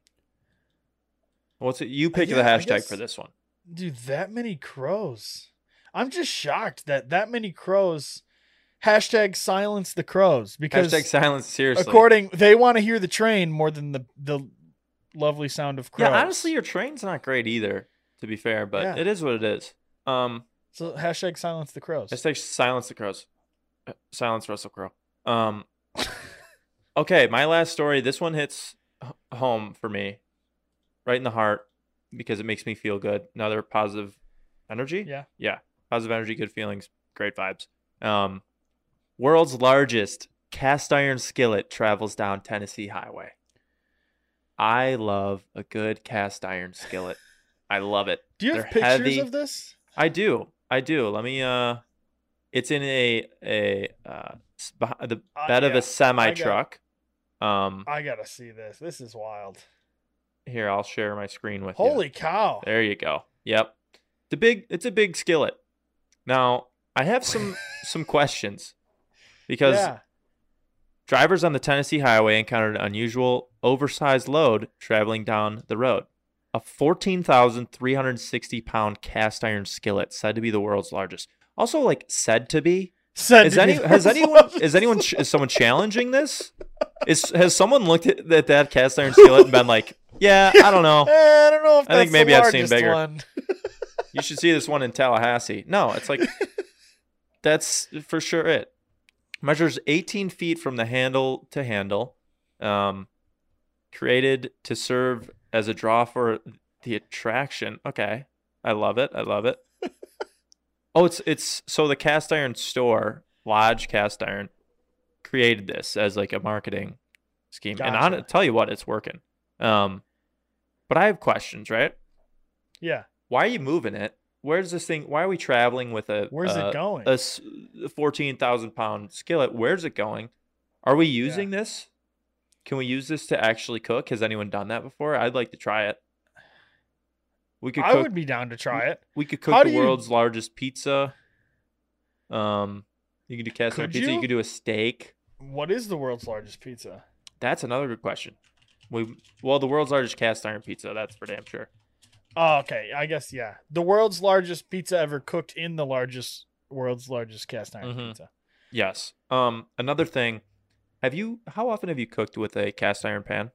S1: What's it? You pick
S2: yeah,
S1: the
S2: I
S1: hashtag
S2: guess-
S1: for this one.
S2: Dude, that many crows. I'm just shocked that that many crows. Hashtag silence the crows because
S1: Hashtag silence. Seriously.
S2: according they want to hear the train more than the the lovely sound of
S1: yeah,
S2: crows.
S1: honestly, your train's not great either. To be fair, but
S2: Yeah.
S1: it is what it is. Um,
S2: so hashtag silence the crows.
S1: hashtag silence the crows. Uh, Silence Russell Crowe. Um, *laughs* okay, my last story. This one hits h- home for me, right in the heart, because it makes me feel good. Another positive energy.
S2: Yeah.
S1: Yeah. Positive energy, good feelings, great vibes. Um, world's largest cast iron skillet travels down Tennessee Highway. I love a good cast iron skillet. I love it.
S2: Do you have
S1: they're
S2: pictures
S1: heavy.
S2: of this?
S1: I do. I do. Let me. Uh, it's in a a uh, s- beh- the
S2: Uh,
S1: bed of
S2: yeah, I
S1: a semi truck. Um,
S2: I gotta see this. This is wild.
S1: here I'll share my screen with you.
S2: Holy cow!
S1: There you go. Yep. The big. It's a big skillet. Now I have
S2: *laughs*
S1: some some questions because
S2: yeah,
S1: drivers on the Tennessee highway encountered an unusual oversized load traveling down the road. A 14,360 pound cast iron skillet, said to be the world's largest. Also, like said to be,
S2: Send
S1: Is
S2: it
S1: any
S2: to
S1: has
S2: *laughs* your
S1: anyone
S2: phone.
S1: is anyone ch- is someone challenging this? Is has someone looked at, at that cast iron skillet and been like, yeah, I don't know,
S2: Eh, I don't know if
S1: I think
S2: that's the
S1: maybe I've seen
S2: largest
S1: bigger.
S2: One.
S1: you should see this one in Tallahassee. No, it's like that's for sure it. Measures 18 feet from the handle to handle, um, created to serve as a draw for the attraction. Okay, I love it. I love it. Oh, it's it's so the cast iron store Lodge Cast Iron created this as like a marketing scheme, and
S2: Gotcha.
S1: on tell you what, it's working. Um, but I have questions, right?
S2: Yeah,
S1: Why are you moving it? Where's this thing? Why are we traveling with a
S2: where's
S1: uh,
S2: it going?
S1: a s- 14,000 pound skillet. Where's it going? Are we using this? Can we use this to actually cook? Has anyone done that before? I'd like to try it. We could
S2: I
S1: cook,
S2: would be down to try it.
S1: we could
S2: how
S1: cook
S2: do
S1: the
S2: you-
S1: world's largest pizza. Um, you can do cast iron
S2: Could
S1: pizza. You?
S2: you?
S1: could do a steak.
S2: What is the world's largest pizza?
S1: That's another good question. We well, the world's largest cast iron pizza. That's for damn sure.
S2: Oh, okay, I guess yeah. The world's largest pizza ever cooked in the largest world's largest cast iron
S1: Mhm.
S2: pizza.
S1: Yes. Um, another thing. Have you? How often have you cooked with a cast iron pan?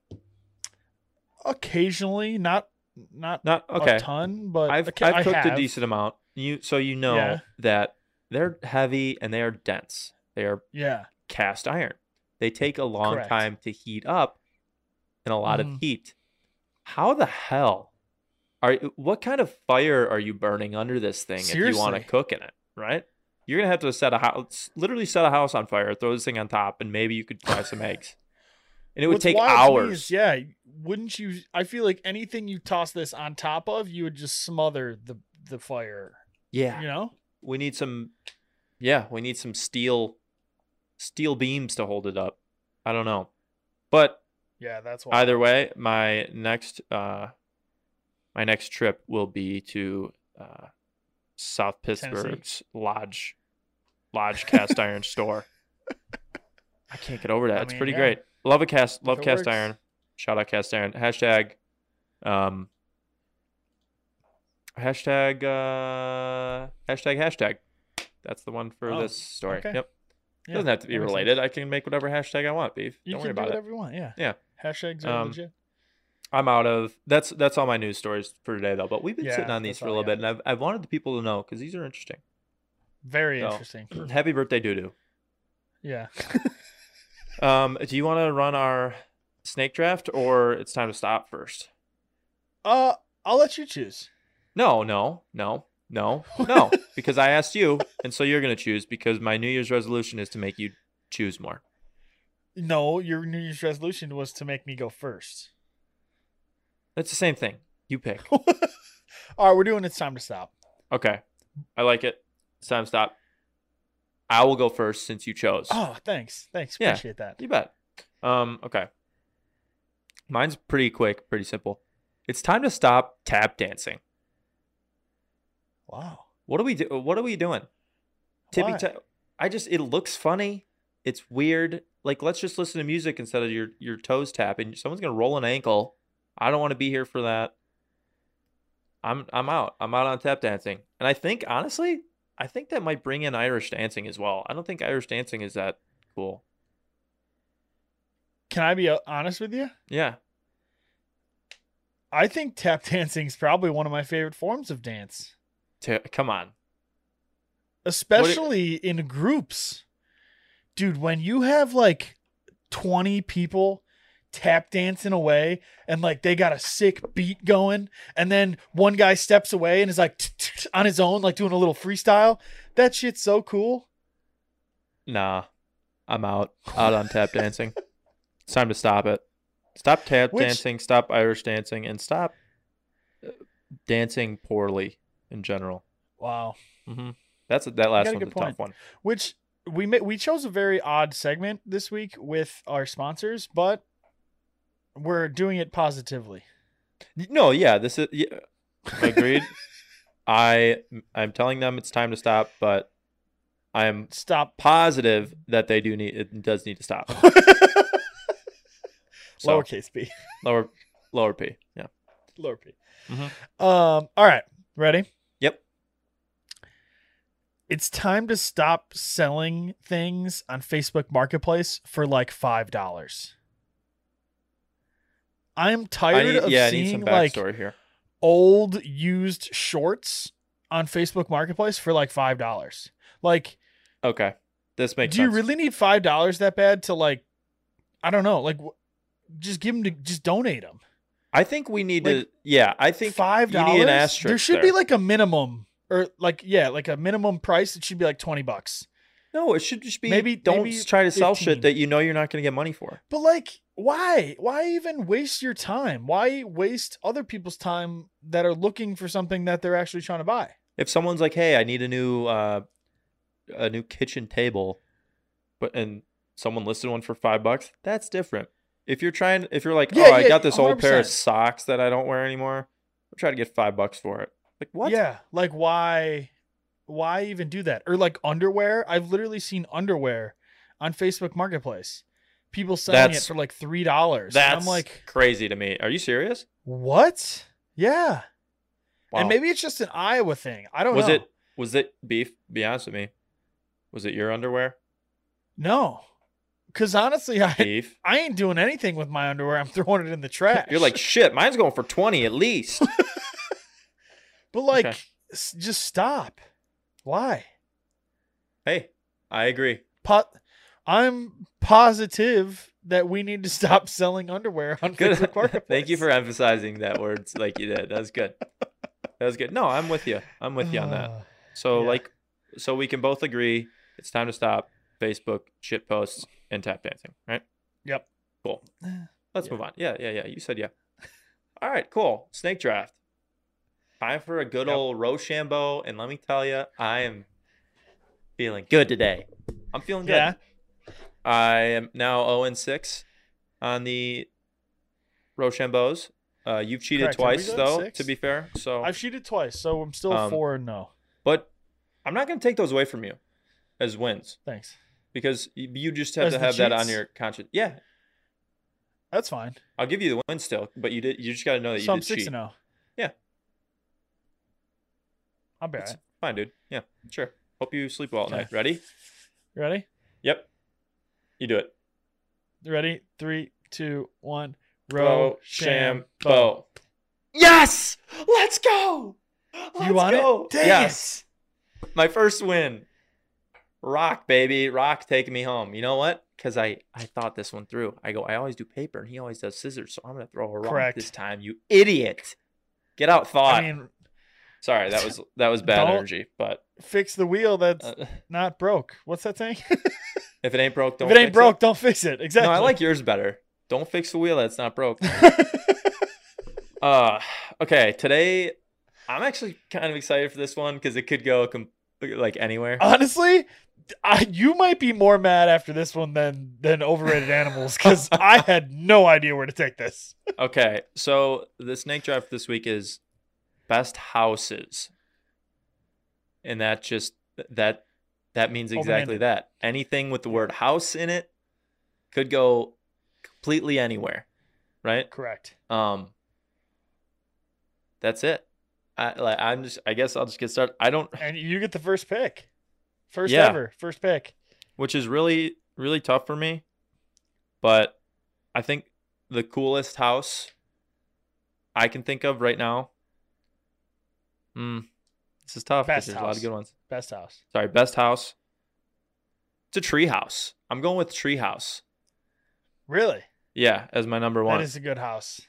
S2: Occasionally, not not
S1: Not okay.
S2: a ton, but
S1: I've,
S2: occa-
S1: I've
S2: I
S1: cooked
S2: have.
S1: a decent amount. You so you know
S2: Yeah.
S1: that They're heavy and they are dense. They are
S2: Yeah.
S1: cast iron. They take a long
S2: Correct.
S1: time to heat up and a lot
S2: Mhm.
S1: of heat. How the hell are what kind of fire are you burning under this thing if you want to
S2: Seriously.
S1: cook in it, right? You're gonna have to set a house, literally set a house on fire, throw this thing on top, and maybe you could fry
S2: *laughs*
S1: some eggs. And it would
S2: What's
S1: take
S2: wild to me
S1: hours.
S2: is, yeah, wouldn't you? I feel like anything you toss this on top of, you would just smother the the fire.
S1: yeah,
S2: You know?
S1: we need some. Yeah, we need some steel, steel beams to hold it up. I don't know, but
S2: Yeah, that's why.
S1: either way my next uh my next trip will be to uh south
S2: Tennessee?
S1: pittsburgh's lodge lodge cast iron store i can't get over that
S2: *laughs* I
S1: it's
S2: mean,
S1: pretty
S2: yeah.
S1: great love a cast love
S2: it
S1: cast
S2: works.
S1: iron shout out cast iron hashtag um hashtag uh hashtag hashtag that's the one for
S2: Oh,
S1: this story
S2: okay.
S1: yep
S2: Yeah,
S1: doesn't have to be
S2: that makes sense.
S1: related i can make whatever hashtag i want beef
S2: You
S1: don't worry
S2: can do
S1: about it
S2: whatever you want. Yeah.
S1: Yeah.
S2: Hashtags are
S1: Um,
S2: legit.
S1: I'm out of that's that's all my news stories for today though. But we've been
S2: Yeah,
S1: sitting on these
S2: that's
S1: for a
S2: all I
S1: little bit, and I've I've wanted the people to know because these are interesting.
S2: Very
S1: so-
S2: interesting. *clears throat*
S1: Happy birthday, doo
S2: Yeah.
S1: doo. Um, do you want to run our snake draft or it's time to stop first?
S2: Uh, I'll let you choose.
S1: No, no, no, no,
S2: *laughs*
S1: no, because I asked you, and so you're gonna choose because my New Year's resolution is to make you choose more.
S2: No, your New Year's resolution was to make me go first.
S1: That's the same thing. You pick.
S2: All right, we're doing it's time to stop.
S1: Okay, I like it. It's time to stop. I will go first since you chose.
S2: Oh, thanks. Thanks.
S1: Yeah.
S2: Appreciate that.
S1: You bet. Um, okay. Mine's pretty quick, pretty simple. It's time to stop tap dancing.
S2: Wow.
S1: What are we do? What are we doing? Tippy
S2: Why?
S1: tap. I just it looks funny. It's weird. Like let's just listen to music instead of your your toes tapping. Someone's gonna roll an ankle. I don't want to be here for that. I'm I'm out. I'm out on tap dancing. And I think honestly, I think that might bring in Irish dancing as well. I don't think Irish dancing is that cool.
S2: Can I be uh, honest with you?
S1: Yeah.
S2: I think tap *laughs* dancing is probably one of my favorite forms of dance,
S1: Ta- come on.
S2: especially in groups. Dude, when you have like 20 people tap dancing away and like they got a sick beat going, and then one guy steps away and is like on his own, like doing a little freestyle, that shit's so cool.
S1: Nah, I'm out. Out on tap
S2: *laughs*
S1: dancing. It's time to stop it. Stop tap
S2: Which-
S1: dancing. Stop Irish dancing, and stop uh, dancing poorly in general.
S2: Wow.
S1: hmm That's that last
S2: Mm-hmm. got a
S1: one's a
S2: good
S1: tough
S2: point.
S1: one.
S2: which we ma- we chose a very odd segment this week with our sponsors, but we're doing it positively.
S1: No, yeah, this is yeah,
S2: *laughs*
S1: agreed. I I'm telling them it's time to stop, but I am
S2: Stop.
S1: positive that they do need it does need to *laughs* stop. So
S2: Lowercase b,
S1: lower lower P. Yeah.
S2: *laughs* lower p.
S1: Mhm.
S2: Um. All right. Ready?
S1: Yep.
S2: It's time to stop selling things on Facebook Marketplace for like five dollars. I'm
S1: I
S2: tired
S1: need,
S2: of
S1: yeah, I
S2: seeing
S1: need some
S2: like
S1: backstory here.
S2: old used shorts on Facebook Marketplace for like five dollars. Like
S1: Okay. This makes
S2: do
S1: sense.
S2: you really need five dollars that bad to like i don't know like wh- just give them to just donate them
S1: I think we need
S2: Like,
S1: to. Yeah, I think
S2: five
S1: you need an
S2: dollars
S1: asterisk
S2: there should be
S1: there.
S2: like a minimum or like yeah like a minimum price it should be like 20 bucks
S1: no. It should just be
S2: Maybe-
S1: don't
S2: maybe
S1: try to sell shit
S2: 15.
S1: that you know you're not going to get money for.
S2: but like why why even waste your time why waste other people's time that are looking for something that they're actually trying to buy
S1: If someone's like, "Hey, I need a new uh, a new kitchen table," but and someone listed one for five bucks, that's different. If you're trying, if you're like,
S2: Yeah,
S1: "Oh, I
S2: yeah,
S1: got this old pair of
S2: 100%.
S1: socks that I don't wear anymore," I'll try to get five bucks for it. Like what?
S2: yeah like why why even do that or like underwear i've literally seen underwear on facebook marketplace people selling
S1: That's-
S2: it for like three dollars
S1: that's
S2: i'm like
S1: crazy to me. Are you serious?
S2: What? Yeah.
S1: Wow.
S2: And maybe it's just an Iowa thing. I don't
S1: was
S2: know.
S1: it was it beef? Be honest with me. Was it your
S2: *laughs*
S1: underwear,
S2: No. Cause honestly, I
S1: beef?
S2: I ain't doing anything with my underwear. I'm throwing it in
S1: *laughs*
S2: the trash.
S1: You're like, shit, mine's going for 20 at *laughs* least.
S2: but like,
S1: okay.
S2: s- just stop. Why?
S1: Hey, I agree.
S2: Po- I'm positive that we need to *laughs* stop selling underwear on
S1: Good.
S2: Facebook Marketplace.
S1: *laughs* Thank you for emphasizing that word like you did. That was good. That was good. No, I'm with you. I'm with you on *sighs* that.
S2: Uh,
S1: So
S2: yeah.
S1: like, so we can both agree it's time to stop Facebook shit posts and tap dancing, right?
S2: Yep.
S1: *sighs* Cool. Let's
S2: Yeah.
S1: move on. Yeah, yeah, yeah. You said yeah. All right, cool. Snake draft. Time for a good
S2: Yep.
S1: old Rochambeau, and let me tell you, I am feeling good today. I'm feeling good.
S2: Yeah.
S1: I am now 0 and 6 on the Rochambeaus. Uh, you've cheated
S2: Correct. Are we
S1: twice,
S2: going
S1: though.
S2: six?
S1: To be fair, so
S2: I've cheated twice, so I'm still
S1: Um,
S2: four and no.
S1: but I'm not going to take those away from you as wins
S2: Thanks.
S1: because y- you just have
S2: As
S1: to
S2: the
S1: have that on
S2: cheats?
S1: your conscience. Yeah,
S2: That's fine.
S1: I'll give you the win still, but you did. You just got to know that you
S2: So I'm
S1: did
S2: six
S1: cheat.
S2: and oh. zero.
S1: Yeah.
S2: I'll be
S1: It's-
S2: alright.
S1: Fine, dude. Yeah, sure. Hope you sleep well at
S2: Okay.
S1: night. Ready?
S2: You ready?
S1: Yep. You do it.
S2: You ready? Three, two, one.
S1: Rochambeau. Yes! Let's go! Let's
S2: You want
S1: go!
S2: it? Dang
S1: yes. My first win. Rock, baby. Rock taking me home. You know what? Because I, I thought this one through. I go, I always do paper and he always does scissors. So I'm going to throw a rock
S2: Correct.
S1: this time, you idiot. Get out
S2: it.
S1: thought.
S2: I mean,
S1: Sorry, that was that was bad
S2: Don't-
S1: energy. But
S2: fix the wheel that's
S1: uh,
S2: not broke. What's that saying?
S1: if it ain't broke, don't
S2: *laughs* if it ain't
S1: fix
S2: broke, don't fix it. Exactly.
S1: No, I like yours better. Don't fix the wheel that's not broke. Uh, okay. Today, I'm actually kind of excited for this one because it could go com- like anywhere.
S2: *laughs* Honestly, I, you might be more mad after this one than than overrated
S1: *laughs*
S2: animals because I had no idea where to take this.
S1: Okay, so the snake draft this week is best houses, and that just that that means exactly
S2: Open-ended.
S1: that. Anything with the word house in it could go completely anywhere, right?
S2: Correct.
S1: Um, that's it. I like. I'm just. I guess I'll just get started. I don't.
S2: And you get the first pick. First
S1: Yeah.
S2: ever. First pick.
S1: which is really really tough for me but i think the coolest house i can think of right now mm, this is tough 'cause
S2: Best
S1: there's a lot
S2: house.
S1: of good ones
S2: Best house.
S1: sorry best house it's a tree house i'm going with tree house
S2: Really?
S1: yeah as my number one
S2: That is a good house.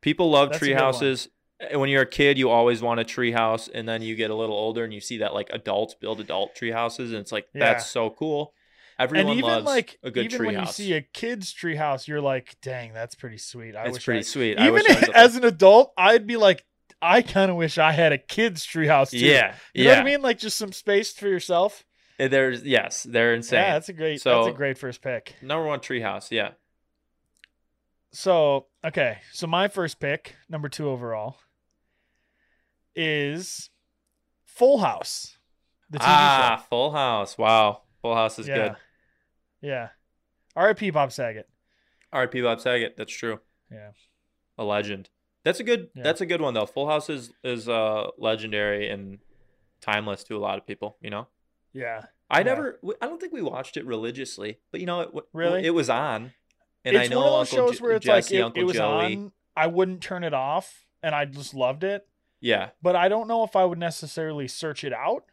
S1: people love
S2: that's a
S1: tree
S2: good one.
S1: houses And when you're a kid you always want a tree house and then you get a little older and you see that like adults build adult tree houses and it's like
S2: Yeah.
S1: that's so cool everyone
S2: and even
S1: loves
S2: like
S1: a good
S2: even
S1: tree
S2: when
S1: house
S2: you see a kid's tree house, you're like, dang, that's pretty sweet. I
S1: it's
S2: wish
S1: pretty
S2: I-
S1: sweet. I
S2: even *laughs*
S1: wish I was up
S2: as an adult, I'd be like, I kind of wish I had a kid's tree house too.
S1: there. yeah,
S2: You
S1: yeah.
S2: know what I mean? Like just some space for yourself.
S1: There's yes, they're insane.
S2: Yeah, that's a great
S1: So-
S2: that's a great first pick.
S1: Number one treehouse. Yeah,
S2: So, okay. So my first pick, number 2 overall, is Full House. The TV show.
S1: ah, Full House. Wow, Full House is
S2: yeah.
S1: good.
S2: Yeah. R.I.P. Bob Saget.
S1: R.I.P. Bob Saget. That's true.
S2: Yeah.
S1: A legend. That's a good.
S2: Yeah.
S1: That's a good one though. Full House is is uh legendary and timeless to a lot of people. You know,
S2: Yeah.
S1: I
S2: Yeah.
S1: never. we- I don't think we watched it religiously, but you know, it w-
S2: Really?
S1: it was on. And
S2: it's
S1: I know
S2: one of those
S1: Uncle
S2: shows
S1: Je-
S2: where it's
S1: Jesse,
S2: like it,
S1: Uncle
S2: it was
S1: Joey.
S2: on, I wouldn't turn it off, and I just loved it.
S1: Yeah,
S2: But I don't know if I would necessarily search it out.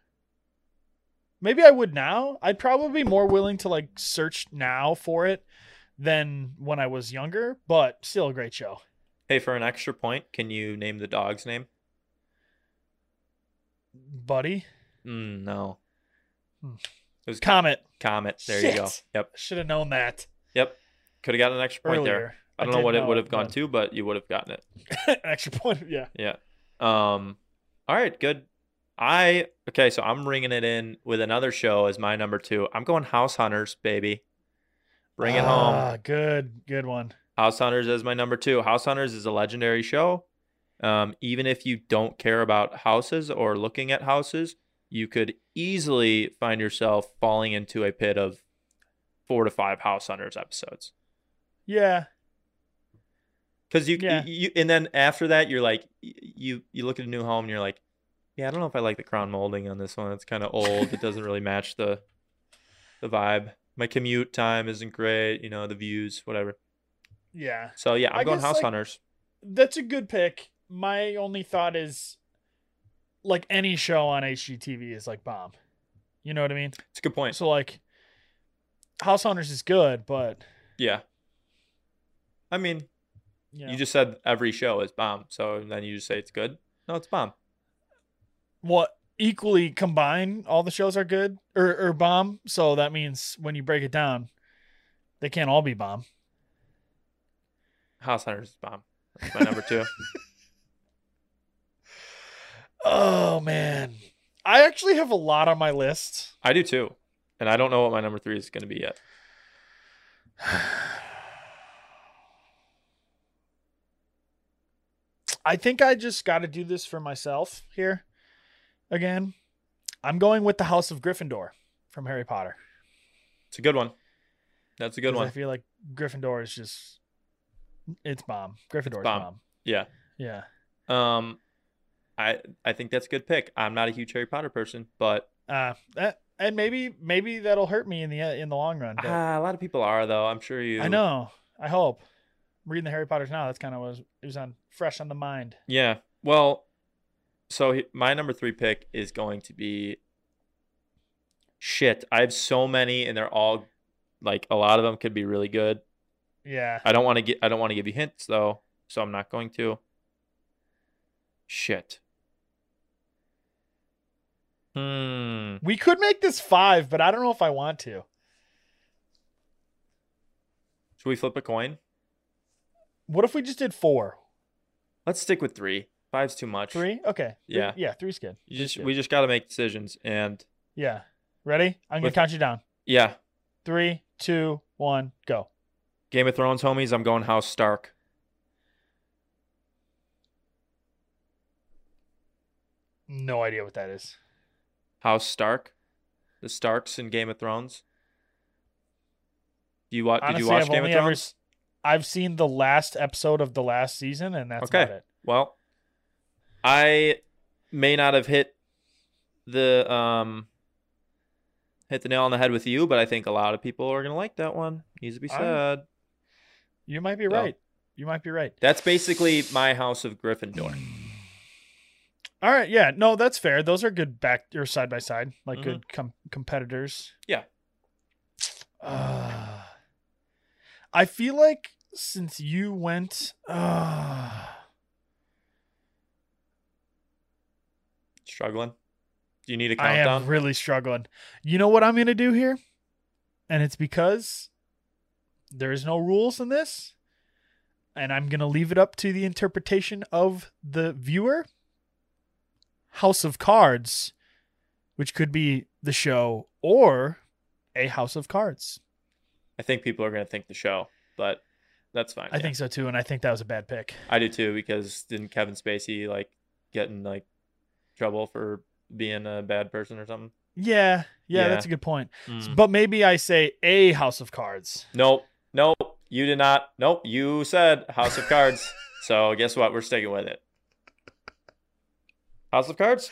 S2: Maybe I would now. I'd probably be more willing to like search now for it than when I was younger. But still, a great show.
S1: Hey, for an extra point, can you name the dog's name?
S2: Buddy,
S1: Mm, no.
S2: Hmm.
S1: It was
S2: Comet
S1: Comet. There you go.
S2: Shit.
S1: Yep.
S2: should have known that
S1: Yep. Could have gotten an extra point
S2: earlier.
S1: there. I don't
S2: did
S1: know what it would have
S2: but-
S1: gone to, but you would have gotten it.
S2: *laughs* An extra point, yeah.
S1: Yeah. Um all right, good. I okay, so I'm ringing it in with another show as my number 2. I'm going House Hunters, baby. Bring it home.
S2: Ah, Good, good one.
S1: House Hunters is my number 2. House Hunters is a legendary show. Um even if you don't care about houses or looking at houses, you could easily find yourself falling into a pit of 4 to 5 House Hunters episodes.
S2: Yeah,
S1: Because you,
S2: Yeah.
S1: you, and then after that, you're like, y- you, you look at a new home and you're like, yeah, I don't know if I like the crown molding on this one. It's kind of old. it doesn't really match the, the vibe. My commute time isn't great. You know, the views, whatever.
S2: yeah.
S1: So yeah, I'm
S2: I
S1: going
S2: guess,
S1: house
S2: like-
S1: hunters.
S2: that's a good pick. My only thought is like any show on HGTV is like bomb. You know what I mean?
S1: It's a good point.
S2: So like House Hunters is good, but
S1: Yeah. I mean,
S2: you,
S1: you
S2: just
S1: just said every show is bomb, so then you just say it's good. No, it's bomb.
S2: what equally combine all the shows are good or, or bomb. So that means when you break it down, they can't all be bomb.
S1: House Hunters is bomb. That's my number *laughs* two.
S2: Oh man. I actually have a lot on my list.
S1: I do too, and I don't know what my number three is going to be yet.
S2: *sighs* I think I just got to do this for myself here again. I'm going with the House of Gryffindor from Harry Potter.
S1: It's a good one. That's a good
S2: 'Cause
S1: one.
S2: I feel like Gryffindor is just it's bomb. Gryffindor's
S1: bomb.
S2: bomb.
S1: Yeah.
S2: Yeah.
S1: Um, I I think that's a good pick. I'm not a huge Harry Potter person, but
S2: Uh that and maybe maybe that'll hurt me in the in the long run. but
S1: ah, a lot of people are though. I'm sure you.
S2: I know. I hope. I'm reading the Harry Potters now. That's kind of was it was on fresh on the mind.
S1: Yeah. Well, so he- my number three pick is going to be shit. I have so many, and they're all like a lot of them could be really good.
S2: Yeah.
S1: I don't want to get. I don't want to give you hints though, so I'm not going to. Shit. Hmm.
S2: We could make this 5, but I don't know if I want to.
S1: Should we flip a coin?
S2: What if we just did 4?
S1: Let's stick with three. Five's too much.
S2: 3? Okay. Three-
S1: Yeah.
S2: yeah, three's good.
S1: You just
S2: good.
S1: we just got to make decisions, and
S2: Yeah. Ready? I'm going
S1: With-
S2: to count you down.
S1: yeah,
S2: Three, two, one, go.
S1: Game of Thrones homies. I'm going House Stark.
S2: No idea what that is.
S1: House Stark, the Starks in Game of Thrones. Do you watch? Uh, Did you watch Game of
S2: ever
S1: Thrones?
S2: s- I've seen the last episode of the last season, and that's
S1: Okay.
S2: about it.
S1: Well, I may not have hit the um hit the nail on the head with you, but I think a lot of people are gonna like that one. Needs to be
S2: I'm-
S1: said.
S2: You might be
S1: So-
S2: right. You might be right.
S1: That's basically my House of Gryffindor.
S2: All right. Yeah. No, that's fair. Those are good back or side by side, like
S1: Mhm.
S2: good com- competitors.
S1: Yeah.
S2: Uh, I feel like since you went, uh,
S1: Struggling. Do you need a
S2: I am
S1: countdown?
S2: really struggling. You know what I'm going to do here? And it's because there is no rules in this. And I'm going to leave it up to the interpretation of the viewer. House of Cards, which could be the show or a House of Cards.
S1: I think people are gonna think the show, but that's fine.
S2: I
S1: yeah.
S2: think so too. And I think that was a bad pick.
S1: I do too because didn't Kevin Spacey like get in like trouble for being a bad person or something?
S2: Yeah. Yeah.
S1: Yeah. Mm-hmm.
S2: That's a good point. But maybe I say a House of Cards.
S1: Nope, nope, you did not. Nope, you said House of
S2: *laughs*
S1: Cards. so guess what? We're sticking with it. House of Cards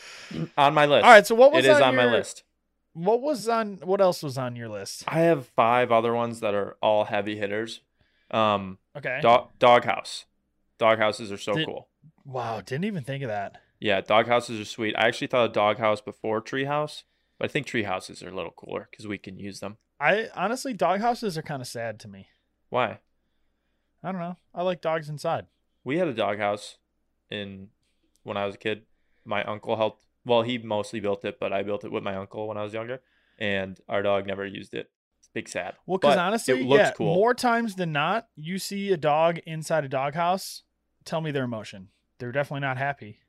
S1: on my list.
S2: All right. So what was
S1: it is on, my
S2: your-
S1: list.
S2: What was on? What else was on your list?
S1: I have five other ones that are all heavy hitters. Um,
S2: Okay.
S1: dog Doghouse. Doghouses are so
S2: Did-
S1: cool.
S2: Wow, didn't even think of that.
S1: Yeah, doghouses are sweet. I actually thought of doghouse before treehouse, but I think treehouses are a little cooler because we can use them.
S2: I honestly, dog houses are kind of sad to me.
S1: Why?
S2: I don't know. I like dogs inside.
S1: We had a doghouse in when I was a kid. My uncle helped. Well, he mostly built it, but I built it with my uncle when I was younger, and our dog never used it. It's big sad.
S2: Well, because
S1: But
S2: honestly,
S1: it looks
S2: yeah,
S1: cool.
S2: more times than not, you see a dog inside a dog house. Tell me their emotion. They're definitely not happy.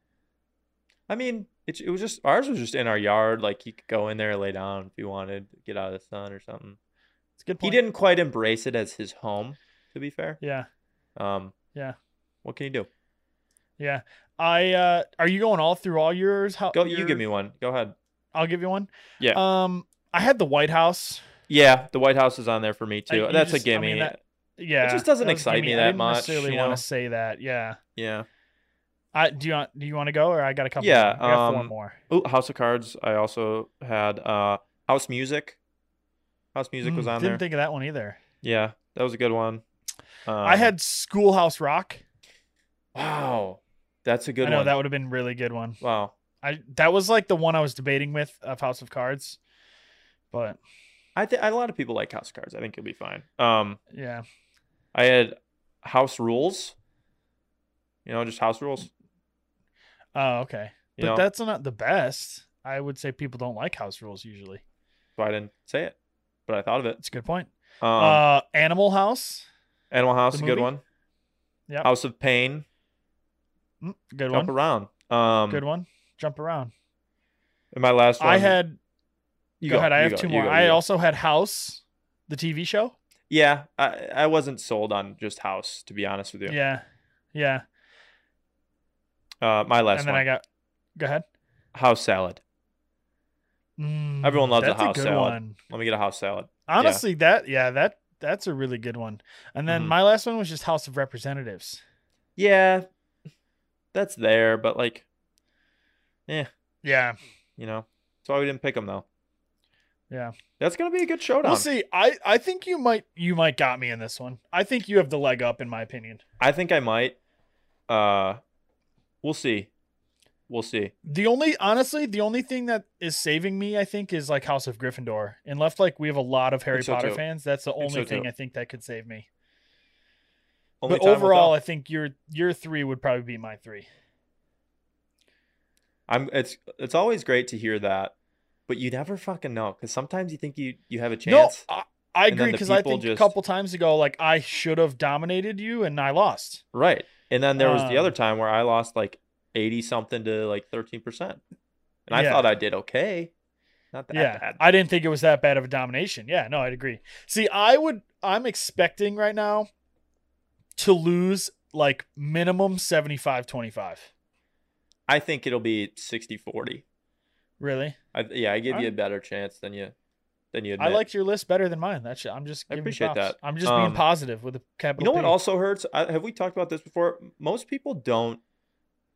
S1: I mean, it, it was just ours was just in our yard. Like he could go in there, lay down if he wanted, get out of the sun or something.
S2: It's a good
S1: He
S2: point.
S1: didn't quite embrace it as his home, to be fair.
S2: Yeah,
S1: Um,
S2: Yeah.
S1: What can you do?
S2: yeah. I uh are you going all through all yours? How,
S1: Go. You
S2: your-
S1: give me one. Go ahead.
S2: I'll give you one.
S1: Yeah.
S2: Um, I had the White House.
S1: Yeah, the White House is on there for me too.
S2: you
S1: That's
S2: just-
S1: a
S2: I
S1: gimme.
S2: mean, that- Yeah,
S1: just doesn't
S2: that was
S1: excite
S2: gimme.
S1: me
S2: I
S1: that
S2: didn't
S1: much,
S2: Necessarily
S1: you
S2: want
S1: know?
S2: to say that. Yeah.
S1: yeah.
S2: I do you want do you want to go or I got a couple?
S1: Yeah,
S2: more. I got four
S1: um,
S2: more.
S1: Oh, House of Cards. I also had uh House Music. House Music was
S2: Mm,
S1: on
S2: didn't
S1: there.
S2: think of that one either.
S1: yeah, that was a good one. Um,
S2: I had Schoolhouse Rock.
S1: wow, that's a
S2: I
S1: good
S2: know
S1: one.
S2: that would have been a really good one.
S1: wow,
S2: I that was like the one I was debating with of House of Cards. But
S1: I think a lot of people like house cards. I think you'll be fine. Um,
S2: yeah,
S1: I had house rules. You know, just house rules.
S2: oh okay.
S1: You
S2: But
S1: know,
S2: that's not the best. I would say people don't like house rules usually.
S1: so I didn't say it, but I thought of it.
S2: That's a good point.
S1: Um,
S2: uh, Animal House.
S1: Animal House,
S2: the
S1: a good
S2: movie?
S1: one.
S2: Yep.
S1: House of Pain,
S2: Mm, Good
S1: Jump
S2: one.
S1: Around. Um,
S2: Good one. Jump around.
S1: And my last one.
S2: I had.
S1: um, You
S2: go, ahead.
S1: you
S2: I have
S1: go,
S2: two
S1: you
S2: more.
S1: go, you
S2: I
S1: go.
S2: also had House, the TV show.
S1: Yeah, I I wasn't sold on just house to be honest with you.
S2: Yeah. Yeah.
S1: Uh, my last
S2: and then
S1: one,
S2: I got. Go ahead.
S1: house salad. Everyone
S2: Mm,
S1: loves a
S2: that's
S1: house
S2: good
S1: salad.
S2: One.
S1: Let me get a house salad.
S2: Honestly, that yeah, that that's a really good one. And then
S1: Mhm.
S2: my last one was just House of Representatives.
S1: Yeah, that's there, but like,
S2: Yeah.
S1: you know, that's why we didn't pick them though.
S2: Yeah.
S1: that's gonna be a good showdown.
S2: We'll see. I I think you might you might got me in this one. I think you have the leg up in my opinion.
S1: I think I might. Uh, we'll see. We'll see.
S2: The only honestly, the only thing that is saving me, I think, is like House of Gryffindor. And left like we have a lot of Harry
S1: so,
S2: Potter
S1: too.
S2: fans. That's the
S1: think
S2: only
S1: so,
S2: thing
S1: too.
S2: I think that could save me.
S1: Only
S2: but
S1: time will tell.
S2: overall, I think your your three would probably be my three.
S1: I'm. It's it's always great to hear that, but you never fucking know because sometimes you think you you have a chance.
S2: No, I, I
S1: And then the
S2: agree because I
S1: people
S2: think
S1: just-
S2: a couple times ago, like I should have dominated you and I lost.
S1: Right. And then there was the
S2: Um,
S1: other time where I lost like 80 something to like 13%. And I
S2: Yeah.
S1: thought I did okay. Not that
S2: yeah,
S1: bad.
S2: I didn't think it was that bad of a domination. Yeah, no, I'd agree. See, I would. I'm expecting right now to lose like minimum 75-25.
S1: I think it'll be 60 40.
S2: Really,
S1: I, yeah, I give you a
S2: Alright.
S1: better chance than you than you admit.
S2: I liked your list better than mine. That's I'm just.
S1: I
S2: giving you
S1: appreciate
S2: props.
S1: that.
S2: I'm just
S1: Um,
S2: being positive with a
S1: You
S2: capital.
S1: know what
S2: P.
S1: also hurts? I, have we talked about this before? Most people don't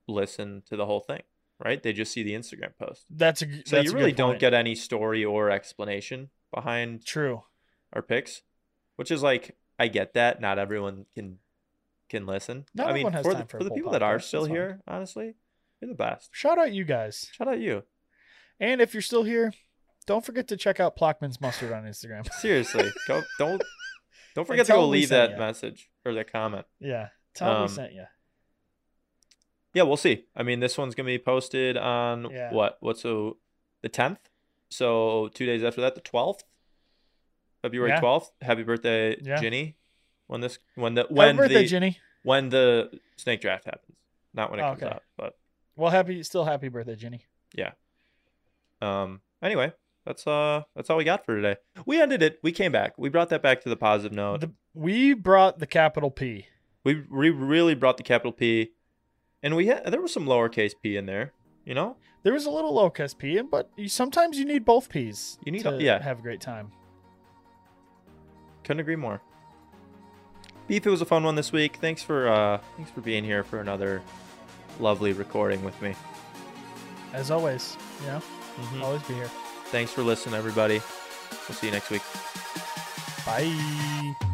S1: listen to the whole thing, right? They just see the Instagram post.
S2: That's a.
S1: So
S2: that's
S1: you
S2: a
S1: really
S2: good
S1: don't
S2: point.
S1: get any story or explanation behind
S2: true.
S1: our picks, which is like I get that not everyone can can listen.
S2: Not
S1: I mean,
S2: everyone has
S1: for
S2: time
S1: the,
S2: for a
S1: the
S2: full
S1: people that are
S2: podcast,
S1: still
S2: that's fine.
S1: here, honestly, you're the best.
S2: Shout out you guys.
S1: Shout out you.
S2: And if you're still here, don't forget to check out Plockman's Mustard on Instagram. *laughs*
S1: Seriously, go, don't don't forget to
S2: tell
S1: go
S2: them we
S1: leave
S2: sent
S1: that
S2: ya.
S1: message or that comment.
S2: Yeah. Tell them
S1: Um,
S2: we sent you.
S1: Yeah, we'll see. I mean, this one's gonna be posted on
S2: Yeah.
S1: what? What's so the tenth? So two days after that, the twelfth, February
S2: Yeah.
S1: twelfth. Happy birthday,
S2: Yeah.
S1: Ginny. When this when the
S2: Happy
S1: when
S2: birthday,
S1: the
S2: Ginny.
S1: when the snake draft happens, not when it comes
S2: Oh, Okay.
S1: out, but.
S2: Well, happy still happy birthday, Ginny.
S1: Um. Anyway, that's uh that's all we got for today. We ended it. We came back. We brought that back to the positive note.
S2: The, we brought the capital P.
S1: we we really brought the capital P, and we had there was some lowercase p in there. You know,
S2: There was a little locust P, but you, sometimes you need both P's.
S1: You need
S2: to
S1: a- yeah.
S2: have a great time.
S1: couldn't agree more. Beef, it was a fun one this week. Thanks for uh thanks for being here for another lovely recording with me.
S2: As always, you know,
S1: Mhm.
S2: always be here.
S1: Thanks for listening, everybody. We'll see you next week.
S2: Bye.